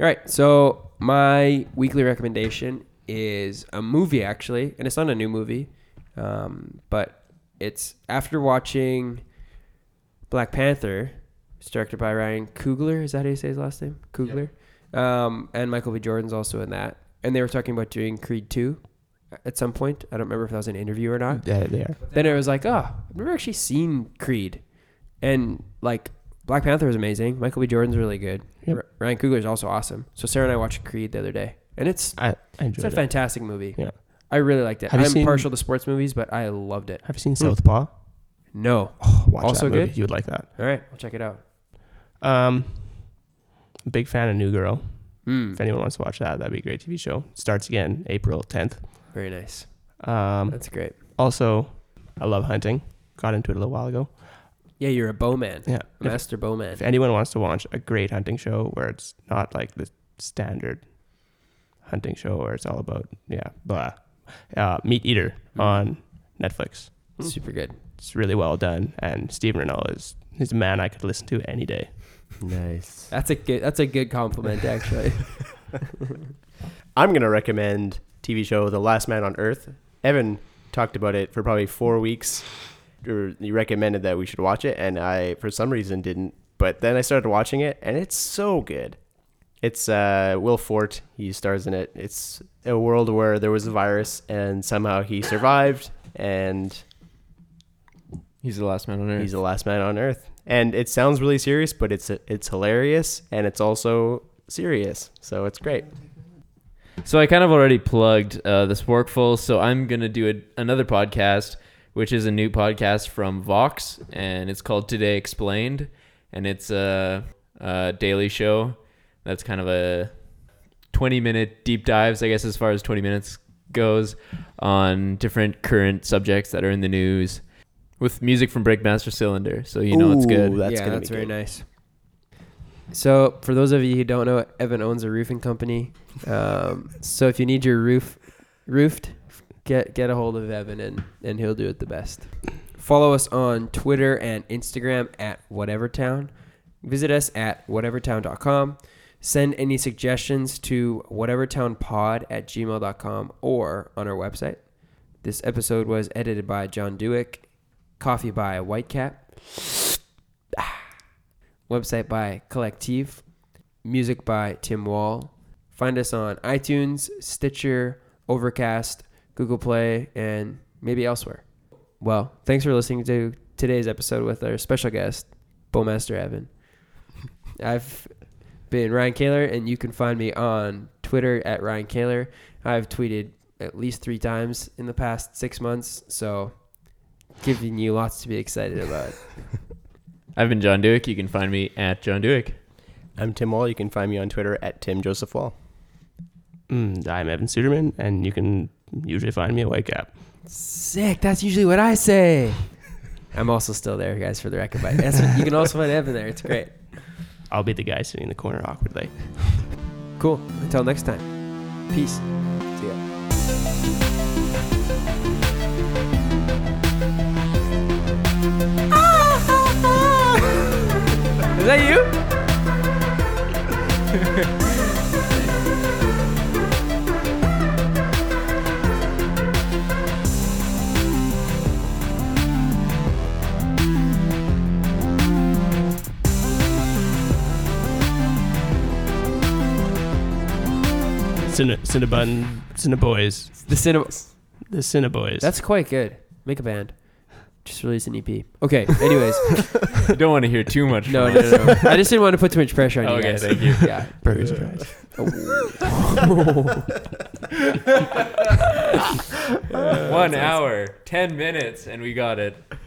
S1: All right, so my weekly recommendation is a movie, actually, and it's not a new movie, um, but it's after watching Black Panther, it's directed by Ryan Coogler. Is that how you say his last name? Coogler. Um, and Michael B. Jordan's also in that. And they were talking about doing Creed 2 at some point. I don't remember if that was an interview or not.
S4: Yeah, they are.
S1: Then it was like, oh, I've never actually seen Creed. And like, Black Panther was amazing. Michael B. Jordan's really good.
S4: Yep.
S1: R- Ryan Coogler's also awesome. So Sarah and I watched Creed the other day. And it's
S4: I, I
S1: it's a
S4: enjoyed it.
S1: fantastic movie.
S4: Yeah.
S1: I really liked it.
S4: Have you
S1: I'm
S4: seen-
S1: partial to sports movies, but I loved it.
S4: Have you seen Southpaw?
S1: No.
S4: Oh, watch
S1: Also
S4: that movie.
S1: good?
S4: You would like that.
S1: All right, I'll check it out.
S4: Um, big fan of New Girl.
S1: Mm,
S4: If anyone wants to watch that, that'd be a great TV show. Starts again April 10th.
S1: very nice.
S4: Um,
S1: That's great.
S4: also, I love hunting. Got into it a little while ago.
S1: Yeah, you're a bowman.
S4: Yeah.
S1: A master bowman.
S4: If anyone wants to watch a great hunting show where it's not like the standard hunting show where it's all about yeah blah, uh, Meat Eater on Netflix.
S1: Super good.
S4: It's really well done, and Steven Renault is he's a man I could listen to any day.
S2: nice.
S1: That's a good that's a good compliment actually.
S2: I'm gonna recommend TV show The Last Man on Earth. Evan talked about it for probably four weeks. Or he recommended that we should watch it, and I for some reason didn't. But then I started watching it, and it's so good. It's uh, Will Fort. He stars in it. It's a world where there was a virus, and somehow he survived, and
S3: He's the last man on earth.
S2: He's the last man on earth. And it sounds really serious, but it's it's hilarious and it's also serious. So it's great.
S3: So I kind of already plugged uh, this workful, so I'm gonna do a, another podcast, which is a new podcast from Vox, and it's called Today Explained, and it's a, a daily show that's kind of a 20 minute deep dives, I guess, as far as 20 minutes goes, on different current subjects that are in the news, with music from Breakmaster Cylinder, so you know it's good.
S2: That's
S1: yeah,
S2: gonna
S1: that's
S2: be
S1: very
S2: good.
S1: nice. So, for those of you who don't know, Evan owns a roofing company. Um, so, if you need your roof roofed, get get a hold of Evan and and he'll do it the best. Follow us on Twitter and Instagram at whatever town. Visit us at whatevertown.com. Send any suggestions to whatevertownpod at gmail.com or on our website. This episode was edited by John Dewick, coffee by White Cat, website by Collective, music by Tim Wall. Find us on iTunes, Stitcher, Overcast, Google Play, and maybe elsewhere. Well, thanks for listening to today's episode with our special guest, Bowmaster Evan. I've been Ryan Kaler, and you can find me on Twitter at Ryan Kaler. I've tweeted at least three times in the past six months, so giving you lots to be excited about.
S3: I've been John Dewick. You can find me at John Dewick.
S2: I'm Tim Wall. You can find me on Twitter at Tim Joseph Wall.
S4: Mm, I'm Evan Suderman, and you can usually find me at White Cap.
S1: Sick. That's usually what I say. [laughs] I'm also still there, guys, for the record. But that's what, you can also find Evan there. It's great.
S4: I'll be the guy sitting in the corner awkwardly.
S1: Cool. Until next time. Peace. See [laughs] ya. Is that you?
S4: Cinna, Cinnabun, Cinnaboys.
S1: The cinema.
S4: The Cinnaboys.
S1: That's quite good. Make a band. Just release an EP. Okay.
S3: [laughs]
S1: Anyways,
S3: You don't want to hear too much.
S1: no,
S3: from
S1: no,
S3: us.
S1: no, no. I just didn't want to put too much pressure on you
S3: Okay,
S1: guys. [laughs]
S3: thank you.
S1: Yeah.
S4: Burger Surprise.
S3: One hour, ten minutes, and we got it.